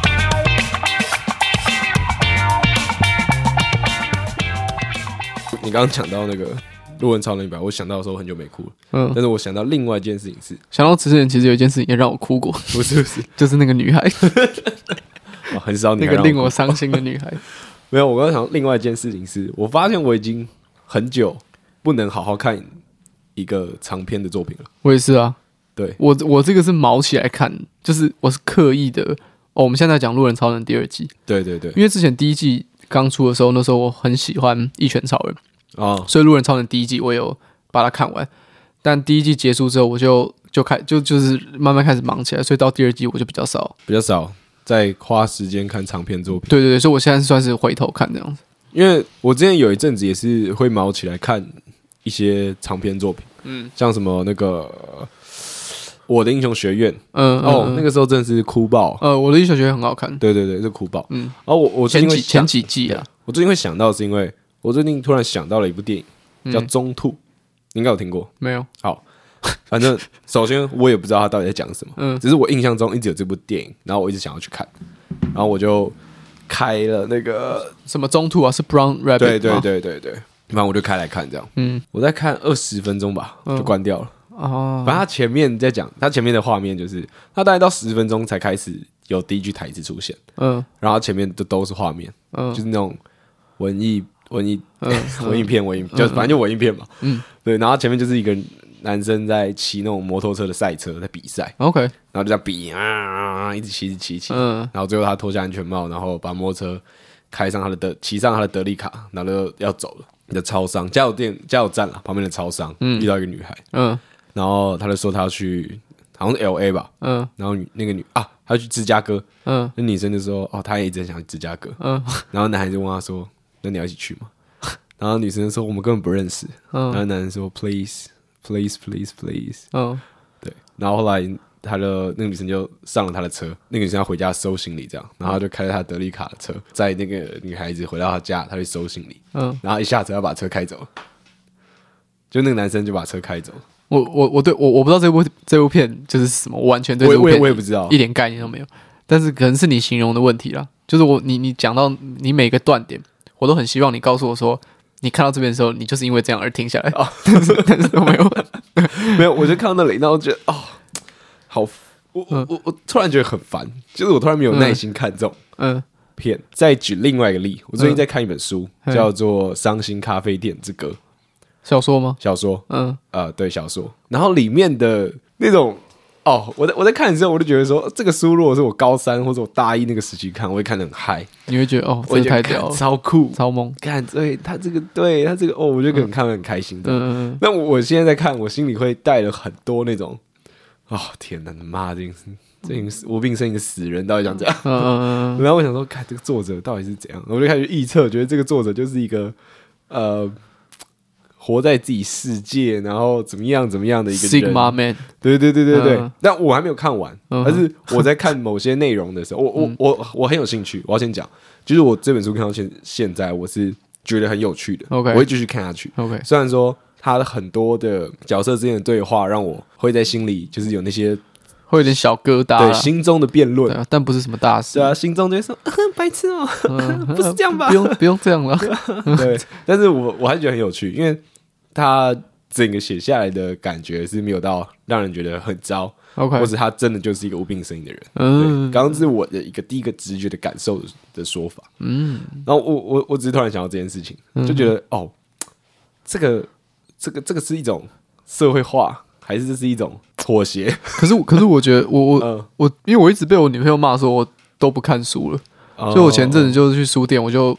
你刚刚讲到那个陆文超人一百，我想到的时候很久没哭了，嗯但，是我想到另外一件事情是，想到之前其实有一件事情也让我哭过， 不是不是，就是那个女 孩，哦很少你那还个让令我我伤心的女 孩。哭没有。我刚刚想到另外一件事情是，我发现我已经很久不能好好看一个长篇的作品了。我也是啊，对，我我这个是毛起来看，就是我是刻意的。哦，我们现在在讲《路人超人》第二季，对对对，因为之前第一季刚出的时候，那时候我很喜欢《一拳超人》，哦，所以《路人超人》第一季我有把它看完。但第一季结束之后，我就就开就就是慢慢开始忙起来，所以到第二季我就比较少。比较少在花时间看长篇作品，对对对，所以我现在算是回头看这样子。因为我之前有一阵子也是会毛起来看一些长篇作品，嗯，像什么那个呃《我的英雄学院》嗯，哦，那个个时候真的是哭爆，呃，我的英雄学院很好看，对对对，是哭爆。嗯，哦，我我最前近会几前想，几季啊，我最近会想到是因为我最近突然想到了一部电影叫《嗯中兔》，你应该有听过。没有，好，反 正首先我也不知道他到底在讲什么，嗯只是我印象中一直有这部电影，然后我一直想要去看，然后我就开了那个，什么中途啊是 Brown Rabbit，对对吗，对对对，反正我就开来看这样，嗯我在看二十分钟吧，就关掉了。哦，反正他前面在讲，他前面的画面就是，他大概到十分钟才开始有第一句台词出现，嗯然后他前面都都是画面，嗯就是那种文艺文艺嗯 文艺片文艺，就反正就文艺片嘛，嗯，对，然后前面就是一个男生在骑那种摩托车的赛车，在比赛， ，OK，然后就这样比啊啊，啊一直骑，一直骑，一直骑，嗯然后最后他脱下安全帽，然后把摩托车开上他的德，骑上他的德利卡，然后就要走了。的超商加油店加油站啦，旁边的超商、遇到一个女孩，嗯然后他就说他要去好像是 L A 吧，嗯然后女那个女啊，他要去芝加哥，嗯那女生就说哦，她也一直很想去芝加哥，嗯然后男孩就问她说：“那你要一起去吗？”然后女生说：“我们根本不认识。”然后嗯男生说：“Please, please, please, please。嗯”对，然后后来他的那个女生就上了他的车，那个女生要回家收行李，这样，然后他就开着他德利卡的车，载那个女孩子回到她家，他去收行李，嗯，然后一下子要把车开走，就那个男生就把车开走，我我我对我我不知道这部这部片就是什么，我完全对我这也部我也片我也不知道一，点概念都没有。但是可能是你形容的问题啦，就是我你你讲到你每个断点，我都很希望你告诉我说，你看到这边的时候，你就是因为这样而停下来，哦 但是但是都没有。 没有，我就看到那里，然后我觉得哦，好，我我我我突然觉得很烦，就是我突然没有耐心看这种。嗯片。再举另外一个例，我最近在看一本书，嗯叫做《伤心咖啡店之歌》小说吗？小说，嗯呃，对小说。然后里面的那种，哦，我在我在看的时候，我就觉得说，这个书如果是我高三或者我大一那个时期看，我会看的很嗨，你会觉得哦，我会这个觉得太屌看了，超酷。超萌。看，对他这个，对他这个，哦，我就可能看得很开心的。嗯嗯那、我我现在在看，我心里会带了很多那种，哦，天哪，你妈，这已经是这已经是无病呻吟的死人，到底想怎样？嗯嗯 嗯然后我想说，看这个作者到底是怎样，我就开始预测，觉得这个作者就是一个呃，活在自己世界，然后怎么样怎么样的嗯一个人。 ，Sigma Man，对对对对对。嗯但我还没有看完，嗯但是我在看某些内容的时候，我我我我很有兴趣。我要先讲，就是我这本书看到现现在，我是觉得很有趣的 OK 我会继续看下去。 OK，虽然说他的很多的角色之间的对话，让我会在心里就是有那些会有点小疙瘩啦，啊对心中的辩对论。啊，但不是什么大事对，啊，心中就会说：“ 白痴哦、 嗯不是这样吧不用不用这样了，对，但是我我还是觉得很有趣，因为他整个写下来的感觉是没有到让人觉得很糟， OK，或是他真的就是一个无病呻吟的人。对，嗯刚刚是我的一个第一个直觉的感受的的说法，嗯，然后我我我只是突然想到这件事情，就觉得、哦，这个这个这个是一种社会化，还是这是一种妥协？可是我可是我觉得我我、嗯我，因为我一直被我女朋友骂说我都不看书了， 哦所以我前阵子就是去书店，我就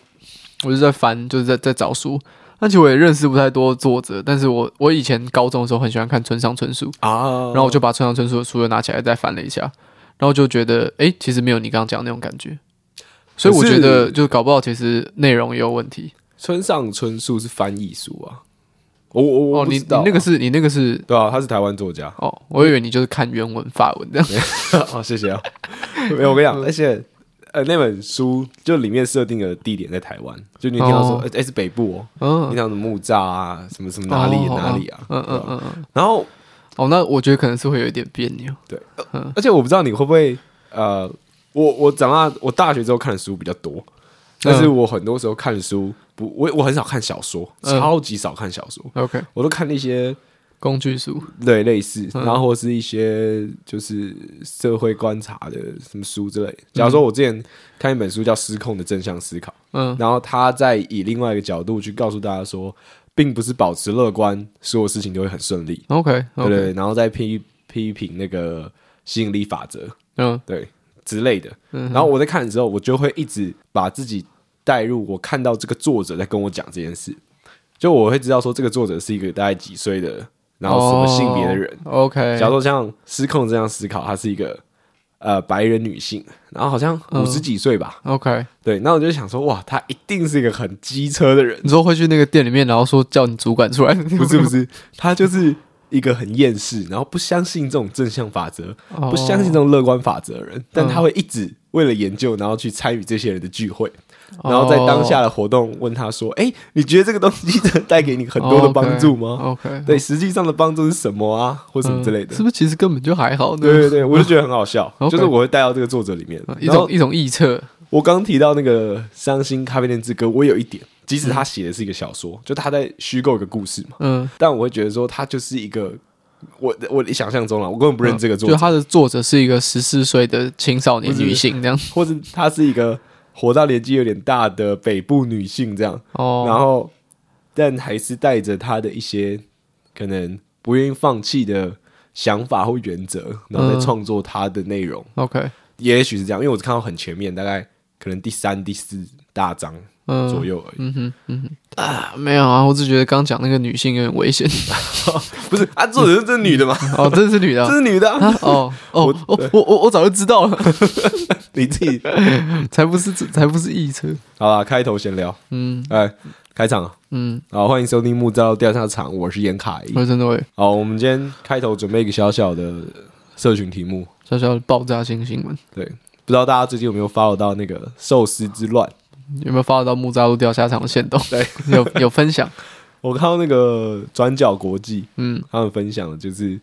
我就在翻，就是在在找书。但其实我也认识不太多作者，但是我我以前高中的时候很喜欢看村上春树，啊，然后我就把村上春树的书又拿起来再翻了一下，然后就觉得诶，其实没有你刚刚讲的那种感觉，所以我可是觉得就是搞不好其实内容也有问题。村上春树是翻译书啊，我我我哦，不你知你道啊、那个是你那个是对啊，他是台湾作家，哦，我以为你就是看原文法文这样。 哦，谢谢 啊。没有，我跟你讲，而且呃，那本书就里面设定的地点在台湾，就你听到说，哦哎、诶是北部哦，你嗯，讲什么木栅啊，什么什么哪里、哦哪里啊，嗯对嗯吧嗯嗯。然后，哦，那我觉得可能是会有一点别扭。而且我不知道你会不会，呃，我我长大，我大学之后看的书比较多，但是我很多时候看书，不，我我很少看小说，嗯超级少看小说， OK，我都看一些工具书，对类似，嗯然后或是一些就是社会观察的什么书之类的。假如说我之前看一本书叫《失控的正向思考》，嗯，然后他在以另外一个角度去告诉大家说，并不是保持乐观，所有事情都会很顺利， OK，对 o 对 k 对，然后再批批评那个吸引力法则，嗯对之类的。然后我在看的时候，我就会一直把自己带入我看到这个作者在跟我讲这件事，就我会知道说这个作者是一个大概几岁的，然后什么性别的人。哦，OK，假如说像失控这样思考，她是一个呃白人女性，然后好像五十几岁吧， OK，对。那我就想说，哇，她一定是一个很机车的人，你说会去那个店里面，然后说叫你主管出来，不是不是，她就是一个很厌世，然后不相信这种正向法则，哦不相信这种乐观法则的人，但他会一直为了研究，然后去参与这些人的聚会，然后在哦当下的活动问他说：“哎、你觉得这个东西真的带给你很哦多的帮助吗？ ？OK，对，实际上的帮助是什么啊，或什么之类的嗯是？”不是其实根本就还好呢？ 对对 对，我就觉得很好笑， OK 啊就是我会带到这个作者里面。一然后种一种臆测，我刚提到那个《伤心咖啡店之歌》，我有一点，即使他写的是一个小说，就他在虚构一个故事嘛，嗯，但我会觉得说他就是一个我我想象中了，我根本不认这个作嗯就者，他的作者是一个十四岁的青少年女性这样。或者她是一个活到年纪有点大的北部女性这样，然哦，后但还是带着她的一些可能不愿意放弃的想法或原则，然后再嗯创作她的内容， OK，也许是这样，因为我只看到很前面，大概可能第三、第四大章嗯，左右而已，嗯哼，嗯哼，啊，没有啊，我只觉得刚讲那个女性有点 危险。 不是啊，作者是这女 的吗？哦，这是女的这啊。是女的啊、 啊哦哦，我我我我早就知道了， 你自己才不是才不是臆测。好啦，开头闲聊，嗯哎，开场啊嗯，好，欢迎收听木造调查场，我是严凯。我真的会好，我们今天开头准备一个小小的社群题目，小小的爆炸性新闻，对，不知道大家最近有没有 follow 到那个寿司之乱？有没有发到木栅路掉下场的线动？对， 有有分享。我看到那个转角国际嗯他们分享的就是，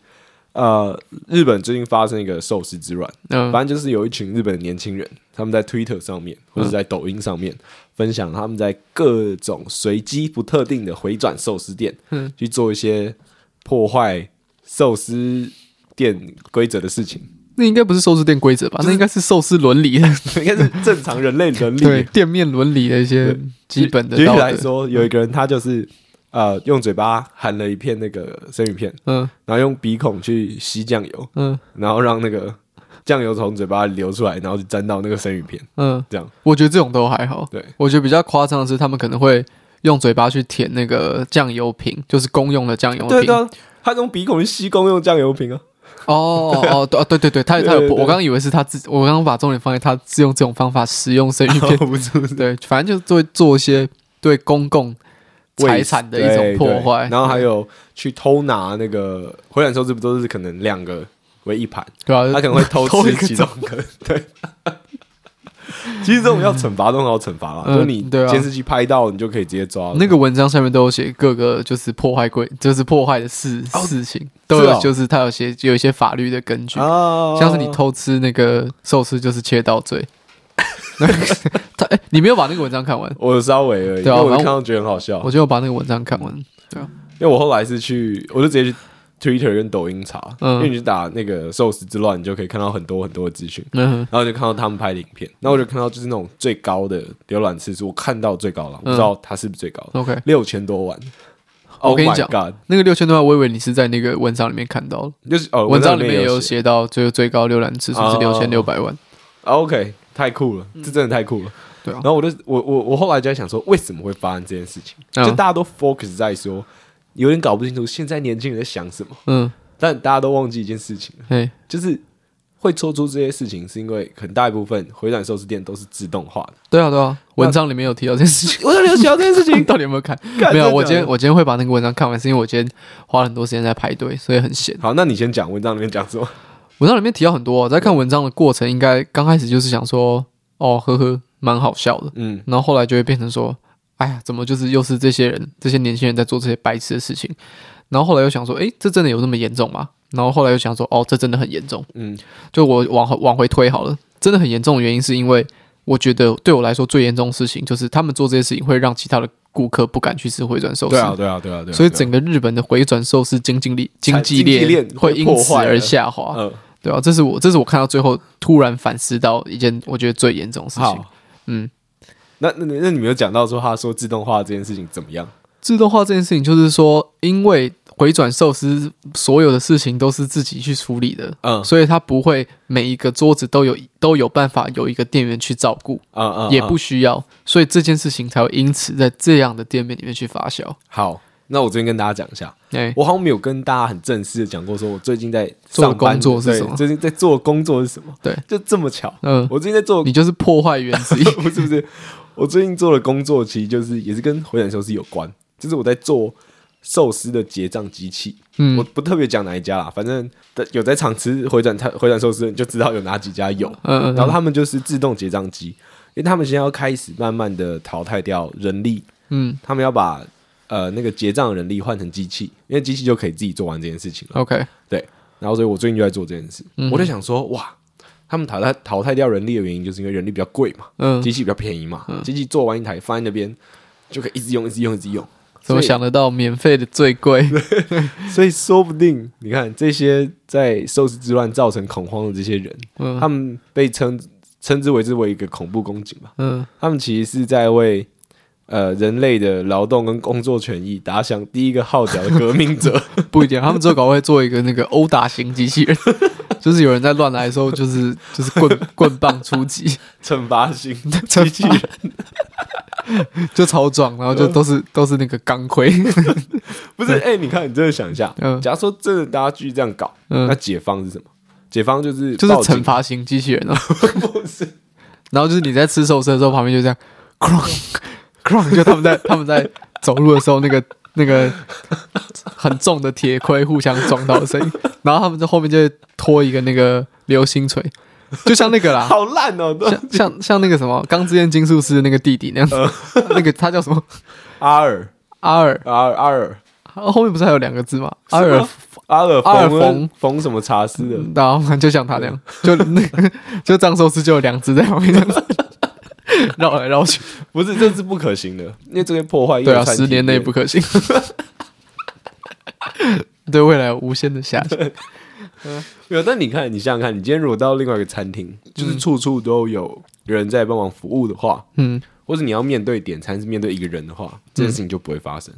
呃，日本最近发生一个寿司之乱，嗯反正就是有一群日本的年轻人，他们在 Twitter 上面或者在抖音上面分享他们在各种随机不特定的回转寿司店嗯，去做一些破坏寿司店规则的事情， 那应该不是寿司店规则吧？那应该是寿司伦理的，应该是正常人类伦理。对店面伦理的一些对基本的举道例来德。说，有一个人他就是呃用嘴巴含了一片那个生鱼片，嗯然后用鼻孔去吸酱油，嗯然后让那个酱油从嘴巴里流出来，然后就沾到那个生鱼片，嗯，这样我觉得这种都还好。对。我觉得比较夸张的是，他们可能会用嘴巴去舔那个酱油瓶，就是公用的酱油瓶。对对、啊，他用鼻孔去吸公用酱油瓶 啊，哦哦对哦对对对，他他对有对对我刚刚以为是他自，我刚刚把重点放在他是用这种方法食用生 鱼片，哦不是 不是对，反正就做做一些对公共财产的一种对破坏。嗯对然后还有去偷拿那个回转寿司，不都是可能两个为一盘，对啊，他可能会偷偷一吃个其中一个， 对。其实这种要惩罚都很好惩罚啦，嗯就你对啊监视器拍到，你就可以直接抓了。那个文章下面都有写各个就是破坏规，就是破坏的事、哦事情，都有是哦就是他有些有一些法律的根据，啊像是你偷吃那个寿司就是窃盗罪。 他哎、你没有把那个文章看完？我稍微而已，对啊因为我反看正到觉得很好笑我，就把那个文章看完。啊因为我后来是去，我就直接去 Twitter 跟抖音查，嗯因为你去打那个寿司之乱，你就可以看到很多很多的资讯，嗯然后就看到他们拍的影片，然后我就看到就是那种最高的浏览次数，我看到最高嗯了，我不知道它是不是最高的， ，OK，六千多万。我跟你讲 Oh my God，那个六千多万，我以为你是在那个文章里面看到的。就是哦，文章里面面也有有。写到，最最高浏览次数是哦六千六百万。啊 OK，太酷了，这真的太酷了。对啊然后我就我我我后来就在想说，为什么会发生这件事情？嗯就大家都 focus 在说，有点搞不清楚现在年轻人在想什么， 嗯，但大家都忘记一件事情了，嘿，就是会做出这些事情，是因为很大一部分回转寿司店都是自动化的。对啊，对啊，文章里面有提到这件事情。我在想这件事 到底有没有看？干没有，真的我假今天的我今天会把那个文章看完，是因为我今天花了很多时间在排队，所以很闲。好，那你先讲文章里面讲什么？文章里面提到很多、在看文章的过程，应该刚开始就是想说，哦，呵呵，蛮好笑的。嗯，然后后来就会变成说，哎呀，怎么就是又是这些人，这些年轻人在做这些白痴的事情。然后后来又想说，哎，这真的有那么严重吗？然后后来又想说，哦，这真的很严重。嗯，就我往后往回推好了，真的很严重的原因是因为我觉得对我来说最严重的事情就是他们做这些事情会让其他的顾客不敢去吃回转寿司。对啊，对啊，对啊，对啊。所以整个日本的回转寿司经济力经济链会因此而下滑。嗯，对啊，这是我这是我看到最后突然反思到一件我觉得最严重的事情。好，嗯，那那那你没有讲到说他说自动化这件事情怎么样？自动化这件事情就是说，因为回转寿司所有的事情都是自己去处理的，嗯所以它不会每一个桌子都有都有办法有一个店员去照顾，啊啊，嗯也不需要，所以这件事情才会因此在这样的店面里面去发酵。好。那我这边跟大家讲一下，哎、我好像没有跟大家很正式的讲过，说我最近在做的上班工作是对什么最近在做的工作是什么？对，就这么巧，嗯、我最近在做你就是破坏原 子 不是不是，我最近做的工作其实就是也是跟回转寿司有关，就是我在做寿司的结账机器。嗯我不特别讲哪一家啦，反正有在场吃回转餐回转寿司的人就知道有哪几家有。嗯嗯然后他们就是自动结账机，因为他们现在要开始慢慢的淘汰掉人力，嗯他们要把呃那个结账的人力换成机器，因为机器就可以自己做完这件事情了。 ，OK，对，然后所以我最近就在做这件事，嗯哼我在想说，哇，他们淘汰淘汰掉人力的原因，就是因为人力比较贵嘛，嗯机器比较便宜嘛，机器做完一台放在那边就可以一直用，一直用，一直用。怎么所以想得到免费的最 贵？所以说不定你看这些在寿司之乱造成恐慌的这些人，嗯他们被称称之为之为一个恐怖攻击嘛，嗯，他们其实是在为。呃，人类的劳动跟工作权益打响第一个号角的革命 者，不一定，他们之后搞不好会做一个那个殴打型机器人， 就是有人在乱来的时候，就是就是棍 棍棒出击，惩罚型惩罚机器人。就超壮，然后就都是都是那个钢盔， 不是，哎、你看，你真的想一下，嗯假如说真的大家继续这样搞，嗯那解放是什么？解放就是就是报警惩，罚型机器人 啊。不是然后就是你在吃寿司的时候，旁边就这样 crunch crunch，就他们在他们在走路的时候，那个那个很重的铁盔互相撞到的声音，然后他们在后面就会拖一个那个流星锤，就像那个啦，好烂哦、都像像像那个什么《钢之炼金术师》的那个弟弟那样子，那个他叫什么阿尔阿尔？阿尔阿尔后面不是还有两个字吗？阿是尔吗，阿尔阿尔嗯缝缝什么茶丝的？然后反正就像他那样，就那个 就藏寿司就有两只在旁边这样子绕来绕去。不是，这是不可行的，因为这些破坏对啊，一个餐十年体内验不可行，对未来有无限的遐想。没有。但你看，你想想看，你今天如果到另外一个餐厅，就是处处都有人在帮忙服务的话，嗯，或者你要面对点餐是面对一个人的话，这件事情就不会发生。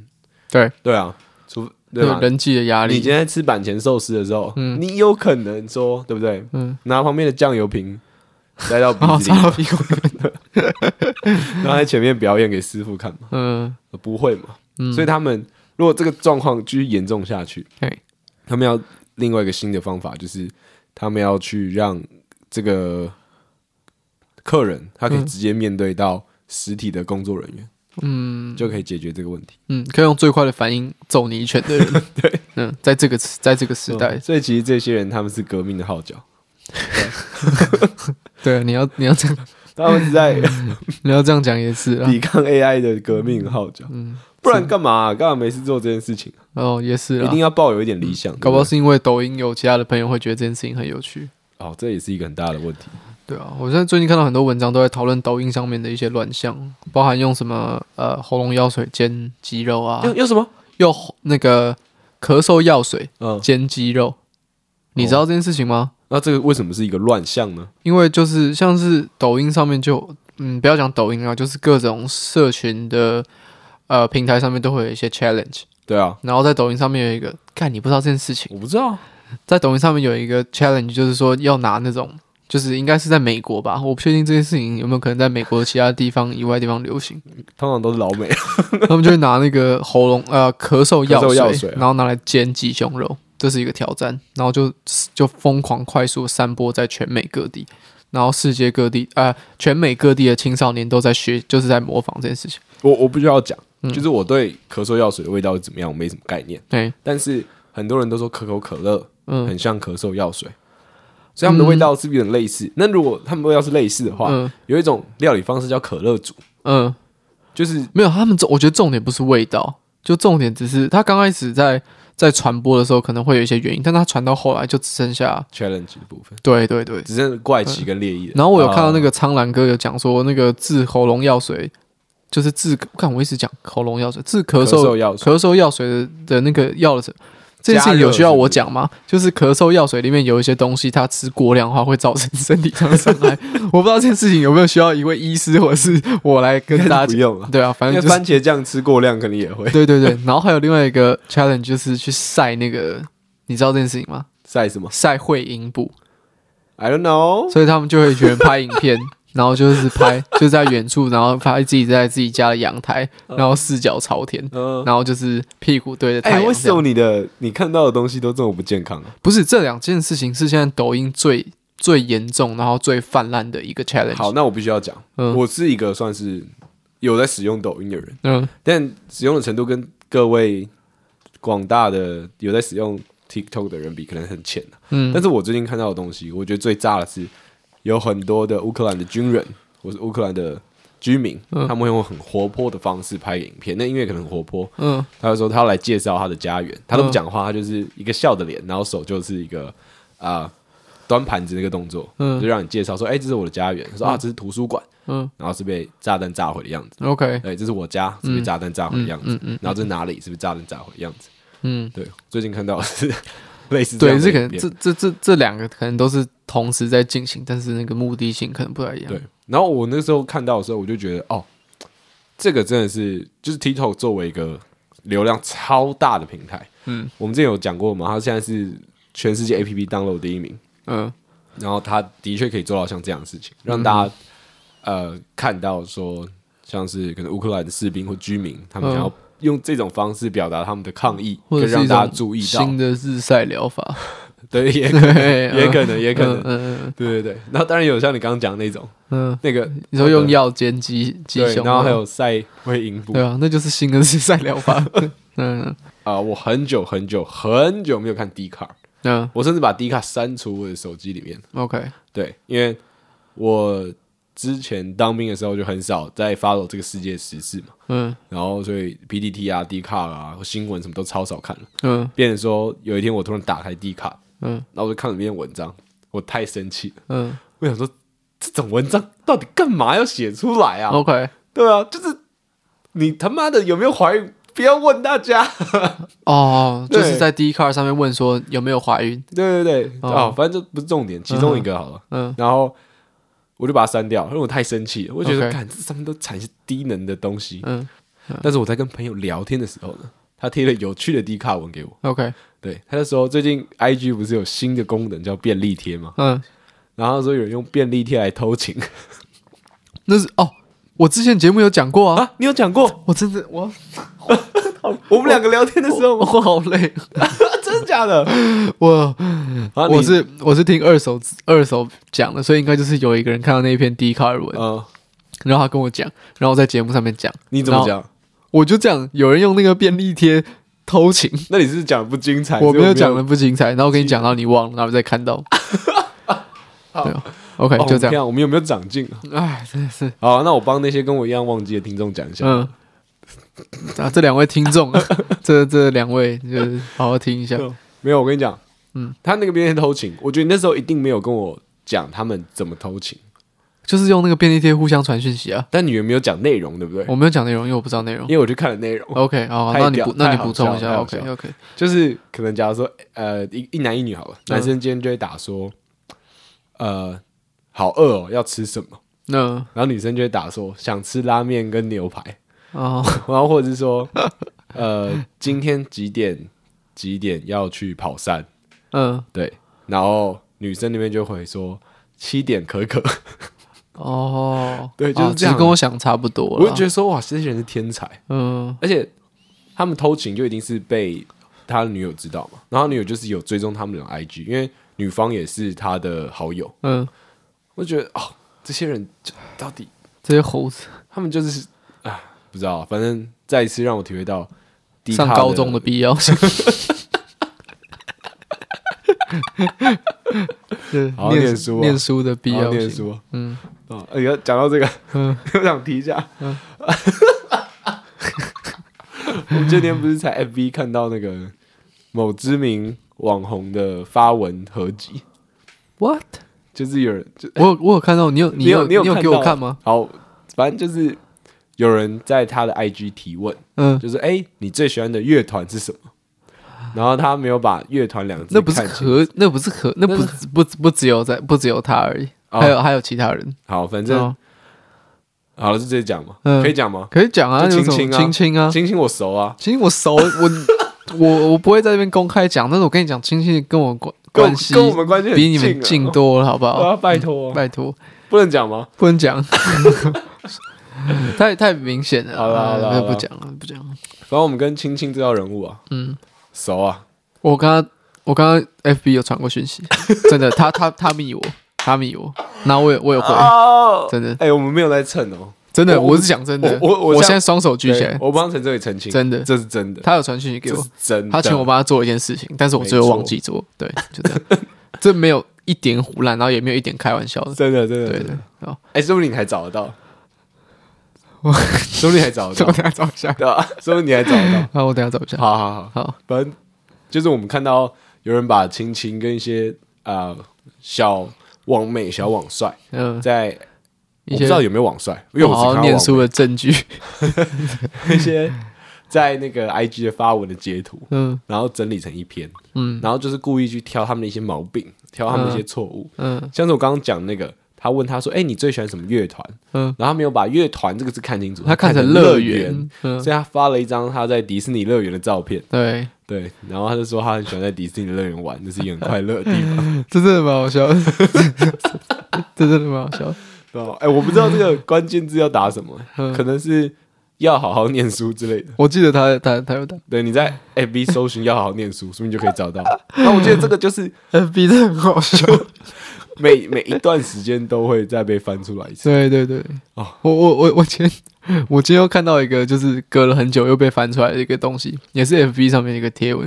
对，对啊，除对吧有？人际的压啊你力。 今天吃板前寿司的时候，你有可能说，对不对？嗯，哦拿旁边的酱油瓶塞到鼻然后子擦 里，到屁股。然后在前面表演给师傅看嘛？嗯，呃不会嘛？所以他们如果这个状况继续严重下去，对，他们要另外一个新的方法，就是他们要去让这个客人他可以直接面对到实体的工作人员，嗯就可以解决这个问题。嗯，可以用最快的反应揍你一拳的人。对， 嗯，在这个时在这个时代嗯，所以其实这些人他们是革命的号角，对，你要你要这样他们是嗯在。你要这样讲也是啦。嗯抵抗 AI 的革命号角，不然干嘛、干嘛没事做这件事情、哦，也是一啦定。要抱有一点理想，搞不好对是因为抖音有其他的朋友会觉得这件事情很有趣。不对哦，这也是一个很大的问题。对啊，我现在最近看到很多文章都在讨论抖音上面的一些乱象，包含用什么呃喉咙药水煎鸡肉啊，有什么？用那个咳嗽药水嗯，煎鸡肉，你知道这件事情吗？那这个为什么是一个乱象呢？因为就是像是抖音上面就嗯，不要讲抖音啊，就是各种社群的呃平台上面都会有一些 challenge，对啊，然后在抖音上面有一个，看你不知道这件事情。我不知道。在抖音上面有一个 challenge，就是说要拿那种，就是应该是在美国吧，我不确定这件事情有没有可能在美国其他地方以外地方流行。 通常都是老美， 他们就会拿那个喉咙呃咳嗽药咳水，嗽药水啊然后拿来煎鸡胸肉，这是一个挑战，然后就就疯狂快速散播在全美各地，然后世界各地呃全美各地的青少年都在学，就是在模仿这件事情。我我必须要讲，嗯就是我对咳嗽药水的味道是怎么样，我没什么概念。对，但是很多人都说可口可乐嗯很像咳嗽药水，所以他们的味道是不是有点类似？那如果他们味道是类似的话，嗯有一种料理方式叫可乐煮，嗯，就是没有他们重，我觉得重点不是味道，就重点只是他刚开始在在传播的时候可能会有一些原因，但它传到后来就只剩下 challenge 的部分，对对对。只剩怪奇跟猎哦意。嗯然后我有看 到那个苍兰哥有讲说，那个治喉咙药水就是治，看我一直讲喉咙药水，治咳咳嗽嗽药水咳嗽药水的的那个药的。这件事情有需要我讲吗？就是咳嗽药水里面有一些东西，它吃过量的话会造成身体上的伤害。我不知道这件事情有没有需要一位医师或者是我来跟应该大是不家讲。用了。对啊，反因为正就是番茄酱吃过量，可能也会 对对对。然后还有另外一个 challenge 就是去晒那个，你知道这件事情吗？晒什么晒会阴部， ？I don't know。所以他们就会觉得拍影片， 然后就是拍就在远处，然后拍自己在自己家的阳台，然后四脚朝天，嗯，然后就是屁股对着太哎，阳。为什么你的你看到的东西都这么不健康啊？不是这两件事情是现在抖音最最严重，然后最泛滥的一个 challenge。好，，那我必须要讲，嗯我是一个算是有在使用抖音的人，嗯，但使用的程度跟各位广大的有在使用 TikTok 的人比，可能很浅、啊、嗯但是我最近看到的东西，我觉得最炸的是，有很多的乌克兰的军人，我是乌克兰的居民，他们会用很活泼的方式拍影片，那音乐可能很活泼，嗯，他就说他要来介绍他的家园，他都不讲话，他就是一个笑的脸，然后手就是一个啊、端盘子那个动作，嗯就让你介绍说，哎、这是我的家园，说啊这是图书馆，嗯然后是被炸弹炸毁的样子，哎，OK，对，这是我家是被炸弹炸毁的样子，然后这是哪里是被炸弹炸毁的样子，嗯，对，最近看到的是 类似这样对，的这可能影片这这这这两个可能都是同时在进行，但是那个目的性可能不太一样。对，，然后我那时候看到的时候，我就觉得哦，这个真的是就是 TikTok 作为一个流量超大的平台，嗯，我们之前有讲过嘛，它现在是全世界 APP download 第一名，嗯然后它的确可以做到像这样的事情，让大家、呃看到说，像是可能乌克兰的士兵或居民，他们嗯想要用这种方式表达他们的抗议，或者跟是让一大种家注意到新，的日晒疗法，对，也可 能也也可能，也可能，嗯嗯对对对。然后当然有像你刚刚讲的那种，嗯，那个你说用药煎鸡鸡对，胸，然后还有晒会阴部对啊，那就是新的日晒疗法。 嗯啊、我很久很久很久没有看 D 卡，嗯我甚至把 D 卡删除我的手机里面。 ，OK，对，因为我之前当兵的时候就很少在 follow 这个世界时事嘛，嗯然后所以 PDT 啊、D 卡啊、新闻什么都超少看了。嗯变成说有一天我突然打开 D 卡，嗯然后我就看了一篇文章，我太生气了，嗯我想说这种文章到底干嘛要写出来啊？ ，OK，对啊，就是你他妈的有没有怀孕？不要问大家。哦，就对是在 d c a r 上面问说有没有怀孕，对对对，哦哦，反正这不是重点，其中一个好了。嗯然后我就把它删掉，因为我太生气了，我觉得 OK 看这上面都产一些低能的东西。嗯但是我在跟朋友聊天的时候呢，他贴了有趣的低卡文给我。 ，OK，对，他就说最近 IG 不是有新的功能叫便利贴吗？嗯，然后说有人用便利贴来偷情 那是哦，我之前节目有讲过啊，啊，你有讲 过？我真的我我们两个聊天的时候我吗？好累， 真的假 的？我啊我你是我是听二手二手讲的，所以应该就是有一个人看到那一篇 d c a r 文，呃，然后他跟我讲，然后我在节目上面讲，你怎么然后？讲？我就这样，有人用那个便利贴偷情，那你是不是讲得不精彩？我所没以有有讲的不精彩，然后我跟你讲到你忘了，然后再 看到。对啊，OK，哦就这天样。啊我们有没有长进啊？哎，真的是，好啊，那我帮那些跟我一样忘记的听众讲一下。嗯，啊，这两位 听众，这这两位就是好好听一下。嗯没有，我跟你讲，嗯嗯，他那个便利贴偷情，我觉得你那时候一定没有跟我讲他们怎么偷情，就是用那个便利贴互相传讯息啊。但你有没有讲内容，对不对？我没有讲内容，因为我不知道内容因。为我去看了内容， OK，好，太那你屌补，那太你好补充一笑了太下。OK 好 OK，就是可能假如说，呃，一一男一女好了，嗯男生今天就会打说，呃，好饿哦，要吃什么？那然后女生就会打说想吃拉面跟牛排， 哦， 然后或者是说，呃，今天几点几点要去跑山？嗯，对，然后女生那边就回说七点可可，哦，对就是啊这样其实跟我想差不多我就觉得，得说哇，这些人是天才，嗯而且他们偷情就一定是被他的女友知道嘛，然后女友就是有追踪他们的 IG，因为女方也是他的好友，嗯，我就觉得哦，这些人就到底这些猴子他们就是啊，不知道，反正再一次让我体会到低上卡高中的 必要性。对，好好念念书啊念书的必好好要念性。书嗯啊，哎呀，讲到这个，嗯 我想提一下，我们今天不是才 FB 看到那个某知名网红的发文合集， ？What？就是有人就我有我有看到你有你有你有给我到看吗？？好，反正就是有人在他的 IG 提问，嗯，就是哎、诶你最喜欢的乐团是什么？然后他没有把乐团两个字那不是看清可，那不是可，那不是不不只有在不只有他而已，哦还有还有其他人。好，反正、哦好了，就直接讲嘛，嗯可以讲吗？可以讲啊，就那种亲亲啊亲亲啊，星星我熟啊，亲我熟，我我我不会在这边公开讲，但是我跟你讲，亲戚跟我关跟我关系跟我们关系很比你们近 近啊多了，好不好？啊，拜托，拜托，不能讲吗？不能讲， 太太明显了。好啦好啦哎好啦不讲了，不讲了。反正我们跟青青这号人物啊，嗯，熟啊，我刚刚我刚刚 FB 有传过讯息， 真的，他他他密我，他密我，然后我也我也回，哦， 真的哎、我们没有在蹭哦，真的，我我是讲真的，我我我我像现在双手举起来对，我帮陈哲宇澄清，真的这是真的，他有传讯息给这我是，真的，他请我帮他做一件事情，但是我最后忘记做，对，就这样， 这没有一点胡乱，然后也没有一点开玩笑的，真的真的，对真的对，好， 哎、说不定你还找得到，说不定还找得这我到，等一下找一下，对吧？说不定你还找得到，好，我等一下找一下，好好好，好，反正就是我们看到有人把青青跟一些啊、呃小网美、小网帅嗯，在。一我些不知道有没有网帅，因为我只不好看到好念网书的证据，一些在那个 IG 的发文的截图，嗯然后整理成一篇，嗯然后就是故意去挑他们的一些毛病，挑他们的一些错误。嗯像是我刚刚讲那个，他问他说：“哎、你最喜欢什么乐团嗯？”，然后他没有把“乐团”这个字看清楚，他看成成乐乐园，嗯，所以他发了一张他在迪士尼乐园的照片。对，对，然后他就说他很喜欢在迪士尼乐园玩，这是一个很快乐的地方。这真的蛮好笑的，这真的蛮好笑的，对吧？哎、我不知道这个关键字要打什么，嗯可能是要好好念书之类的。我记得他他他有打对，你 在 FB 搜寻要好好念书，说不定就可以找到。那我觉得这个就是。 FB 真的很好笑，每每一段时间都会再被翻出来一次。 对对对，哦我我我我今天 我今天又看到一个，就是隔了很久又被翻出来的一个东西，也是 FB 上面的一个贴文，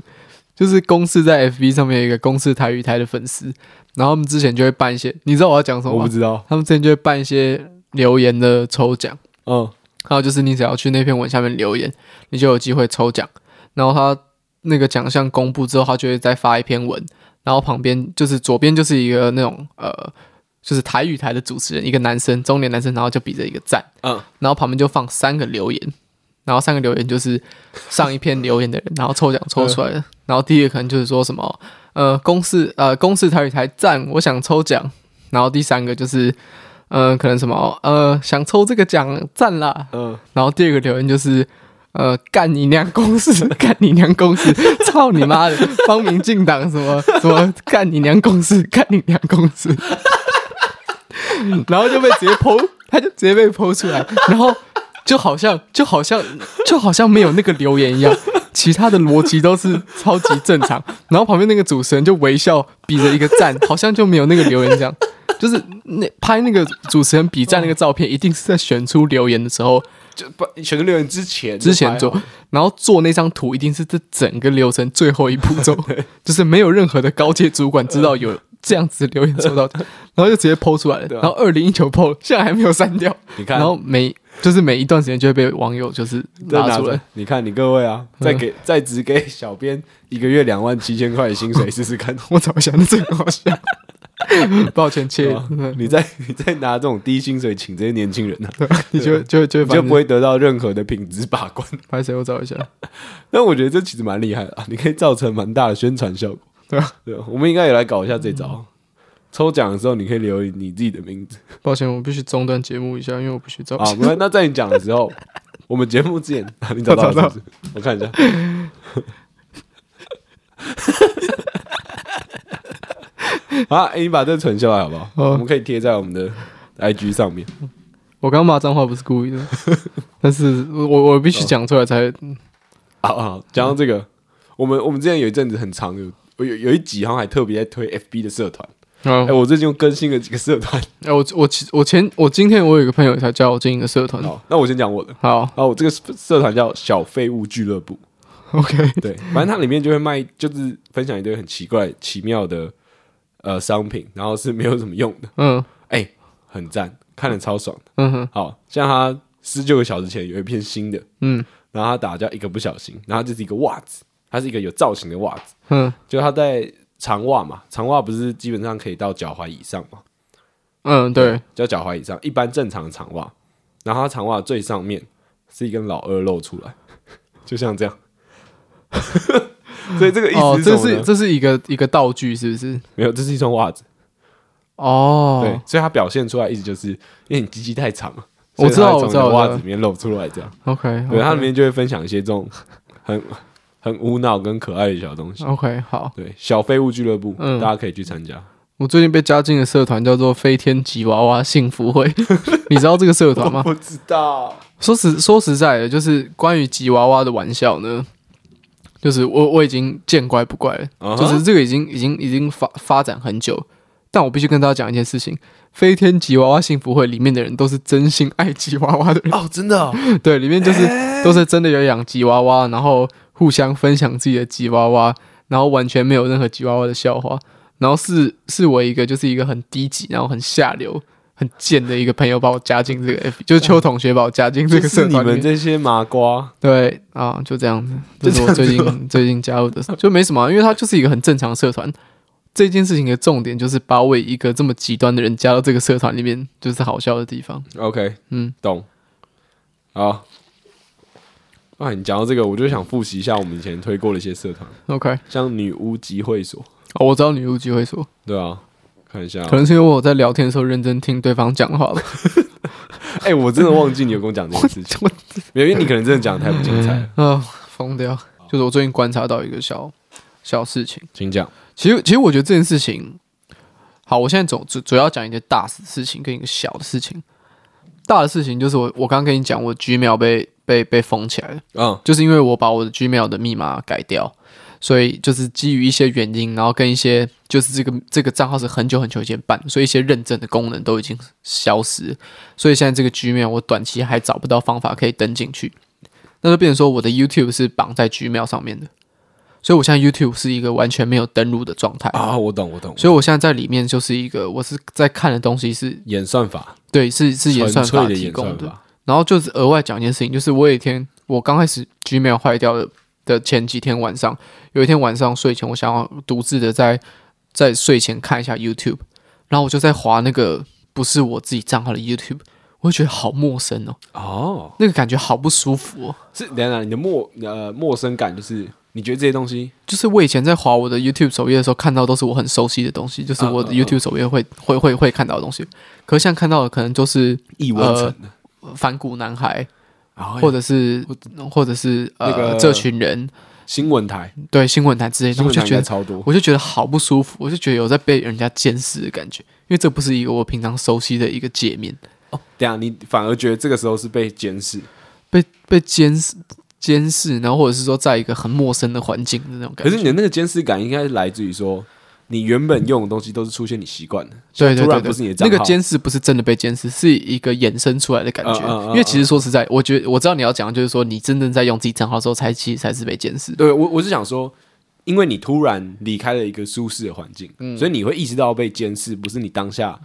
就是公司在 FB 上面有一个公司台语台的粉丝，然后他们之前就会办一些，你知道我要讲什我么不吗？知道，他们之前就会办一些留言的抽奖，嗯，还有就是你只要去那篇文下面留言，你就有机会抽奖。然后他那个奖项公布之后，他就会再发一篇文，然后旁边就是左边就是一个那种呃，就是台语台的主持人，一个男生，中年男生，然后就比着一个赞，嗯，然后旁边就放三个留言，然后三个留言就是上一篇留言的人，然后抽奖抽出来的，然后第一个可能就是说什么呃公式呃公式台语台赞，我想抽奖，然后第三个就是。呃，可能什么呃，想抽这个奖赞啦，嗯，然后第二个留言就是，呃，干你娘公司，干你娘公司， 操你妈的，帮民进党什么什么，干你娘公司，干你娘公司，然后就被直接剖，他就直接被剖出来，然后就好像就好像就好像没有那个留言一样。其他的逻辑都是超级正常，然后旁边那个主持人就微笑比着一个赞，好像就没有那个留言这样。就是那拍那个主持人比赞那个照片，一定是在选出留言的时候就不选择留言之前之前就拍做好，然后做那张图一定是这整个流程最后一步 骤，就是没有任何的高阶主管知嗯道有这样子留言 收到，然后就直接剖出来了。啊然后二零一九剖，现在还没有删掉。你看，然后每就是每一段时间就会被网友就是再拿拿出出来嗯来，， 你看你各位啊，再给再只给小编一个月两万七千块的薪水试试 看，我找一下，那这个 好笑。抱歉，切对吧，啊你再你再拿这种低薪水请这些年轻人呢， 你就就会就会你发就现不会得到任何的品质把关。 拍谁？我找一下，但我觉得这其实蛮厉害的啊，你可以造成蛮大的宣传效果。对啊，对，我们应该也来搞一下这招。抽奖的时候，你可以留你自己的名字。抱歉，我必须中断节目一下，因为我必须找一啊，下。没关系那在你讲的时 候，我们节目之前、 啊、你找到了是不是？我看一 下，啊，欸你把这存下来好不好？好我们可以贴在我们的 IG 上面。我刚刚骂脏话不是故 意的，但是我我必须讲出来才好好，讲到这个，我们我们之前有一阵子很长有。有有一集好像还特别在推 FB 的社团，嗯哎、，我最近又更新了几个社团。哎、我我其我前我今天我有一个朋友才加我进一个社团，好，那我先讲我的。好啊，我这个社团叫小废物俱乐部， ，OK， 对，反正它里面就会卖，就是分享一堆很奇怪、奇妙的呃商品，然后是没有什么用的， 嗯哎、很赞，看了超爽的。嗯哼好像他十九个小时前有一篇新的，嗯，然后他打叫一个不小心，然后这是一个袜子，它是一个有造型的袜子，嗯就它在长袜嘛，长袜不是基本上可以到脚踝以上嘛，嗯，对，叫脚踝以上，一般正常的长袜，然后它长袜最上面是一根老二露出来， 就像这样。 所以这个意哦思，这什么呢是这是一个一个道具，是不是？没有，这是一双袜子，对哦，，所以它表现出来意思就是因为你鸡鸡太长了，我知道所以它会从我知道你的我知袜道哦子里面露出来这样。 ，OK，对，它里面就会分享一些这种很很无脑跟可爱的小东西。 OK，好。对，小废物俱乐部，哦嗯大家可以去参加。我最近被加进的社团叫做“飞天吉娃娃幸福会”， 你知道这个社团吗？不知道，说实说实在的，就是关于吉娃娃的玩笑呢，就是我我已经见怪不怪了啊哈就是这个已经已经已经发发展很久。但我必须跟大家讲一件事情：飞天吉娃娃幸福会里面的人都是真心爱吉娃娃的人， 哦，真的、哦，对，里面就是都是真的有养吉娃娃，然后互相分享自己的吉娃娃，然后完全没有任何吉娃娃的笑话。然后是是我一个就是一个很低级，然后很下流、很贱的一个朋友把我加进这个 F，就是哦邱同学把我加进这就个是社你团里们面。这些麻瓜，对啊，就这样子，这是就我最近最近加入的，就没什么啊、因为它就是一个很正常的社团。这件事情的重点就是把我一个这么极端的人加到这个社团里面，就是好笑的地方。 OK，嗯，懂。好，啊，你讲到这个，我就想复习一下我们以前推过的一些社团， OK，、像女巫集会所，哦、我知道女巫机会说。对啊，看一下哦、可能是因为我在聊天的时候认真听对方讲话了。哎、我真的忘记你有跟我讲这件事情，没有，因为你可能真的讲的太不精彩了，啊，疯掉！就是我最近观察到一个小小事情，请讲。其实其实我觉得这件事情，好，我现在总主主要讲一个大事事情跟一个小的事情。大的事情就是我我刚刚跟你讲，我 Gmail 被被被封起来了，嗯，就是因为我把我的 Gmail 的密码改掉，所以就是基于一些原因，然后跟一些就是这个这个账号是很久很久以前办的，所以一些认证的功能都已经消失，所以现在这个 Gmail 我短期还找不到方法可以登进去，那就变成说我的 YouTube 是绑在 Gmail 上面的，所以我现在 YouTube 是一个完全没有登录的状态，啊，我懂，我懂，所以我现在在里面就是一个我是在看的东西是演算法，对是是演算纯法粹的提演供算的，法，然后就是额外讲一件事情，就是我有一天我刚开始 Gmail 坏掉的的前几天晚上，有一天晚上睡前，我想要独自的在在睡前看一下 YouTube，然后我就在滑那个不是我自己账号的 YouTube，我就觉得好陌生哦，哦，那个感觉好不舒服哦。是等一下你的陌呃陌生感，就是你觉得这些东西就是我以前在滑我的 YouTube 首页的时候，看到都是我很熟悉的东西，就是我嗯的嗯嗯 YouTube 首页会会会会看到的东西。可是现在看到的可能就是易文成的，呃反骨男孩，然后或者是或者是呃、那个这群人，新闻台，对新闻台之类的，新我闻就台应觉该得，超多，我就觉得好不舒服，我就觉得有在被人家监视的感觉，因为这不是一个我平常熟悉的一个界面，等一下你反而觉得这个时候是被监视，被被监视监视，然后或者是说在一个很陌生的环境的那种感可觉。是你的那个监视感应该来自于说你原本用的东西都是出现你习惯的，对对突然对不是你对的，账那号个监视不是真的被监视，是一个衍生出来的感觉。嗯嗯嗯嗯因为其实说实在，我觉得我知道你要讲，的就是说你真正在用自己账号的时候，才其实才是被监视的。对我我是想说。因为你突然离开了一个舒适的环境，所以你会意识到被监视，不是你当下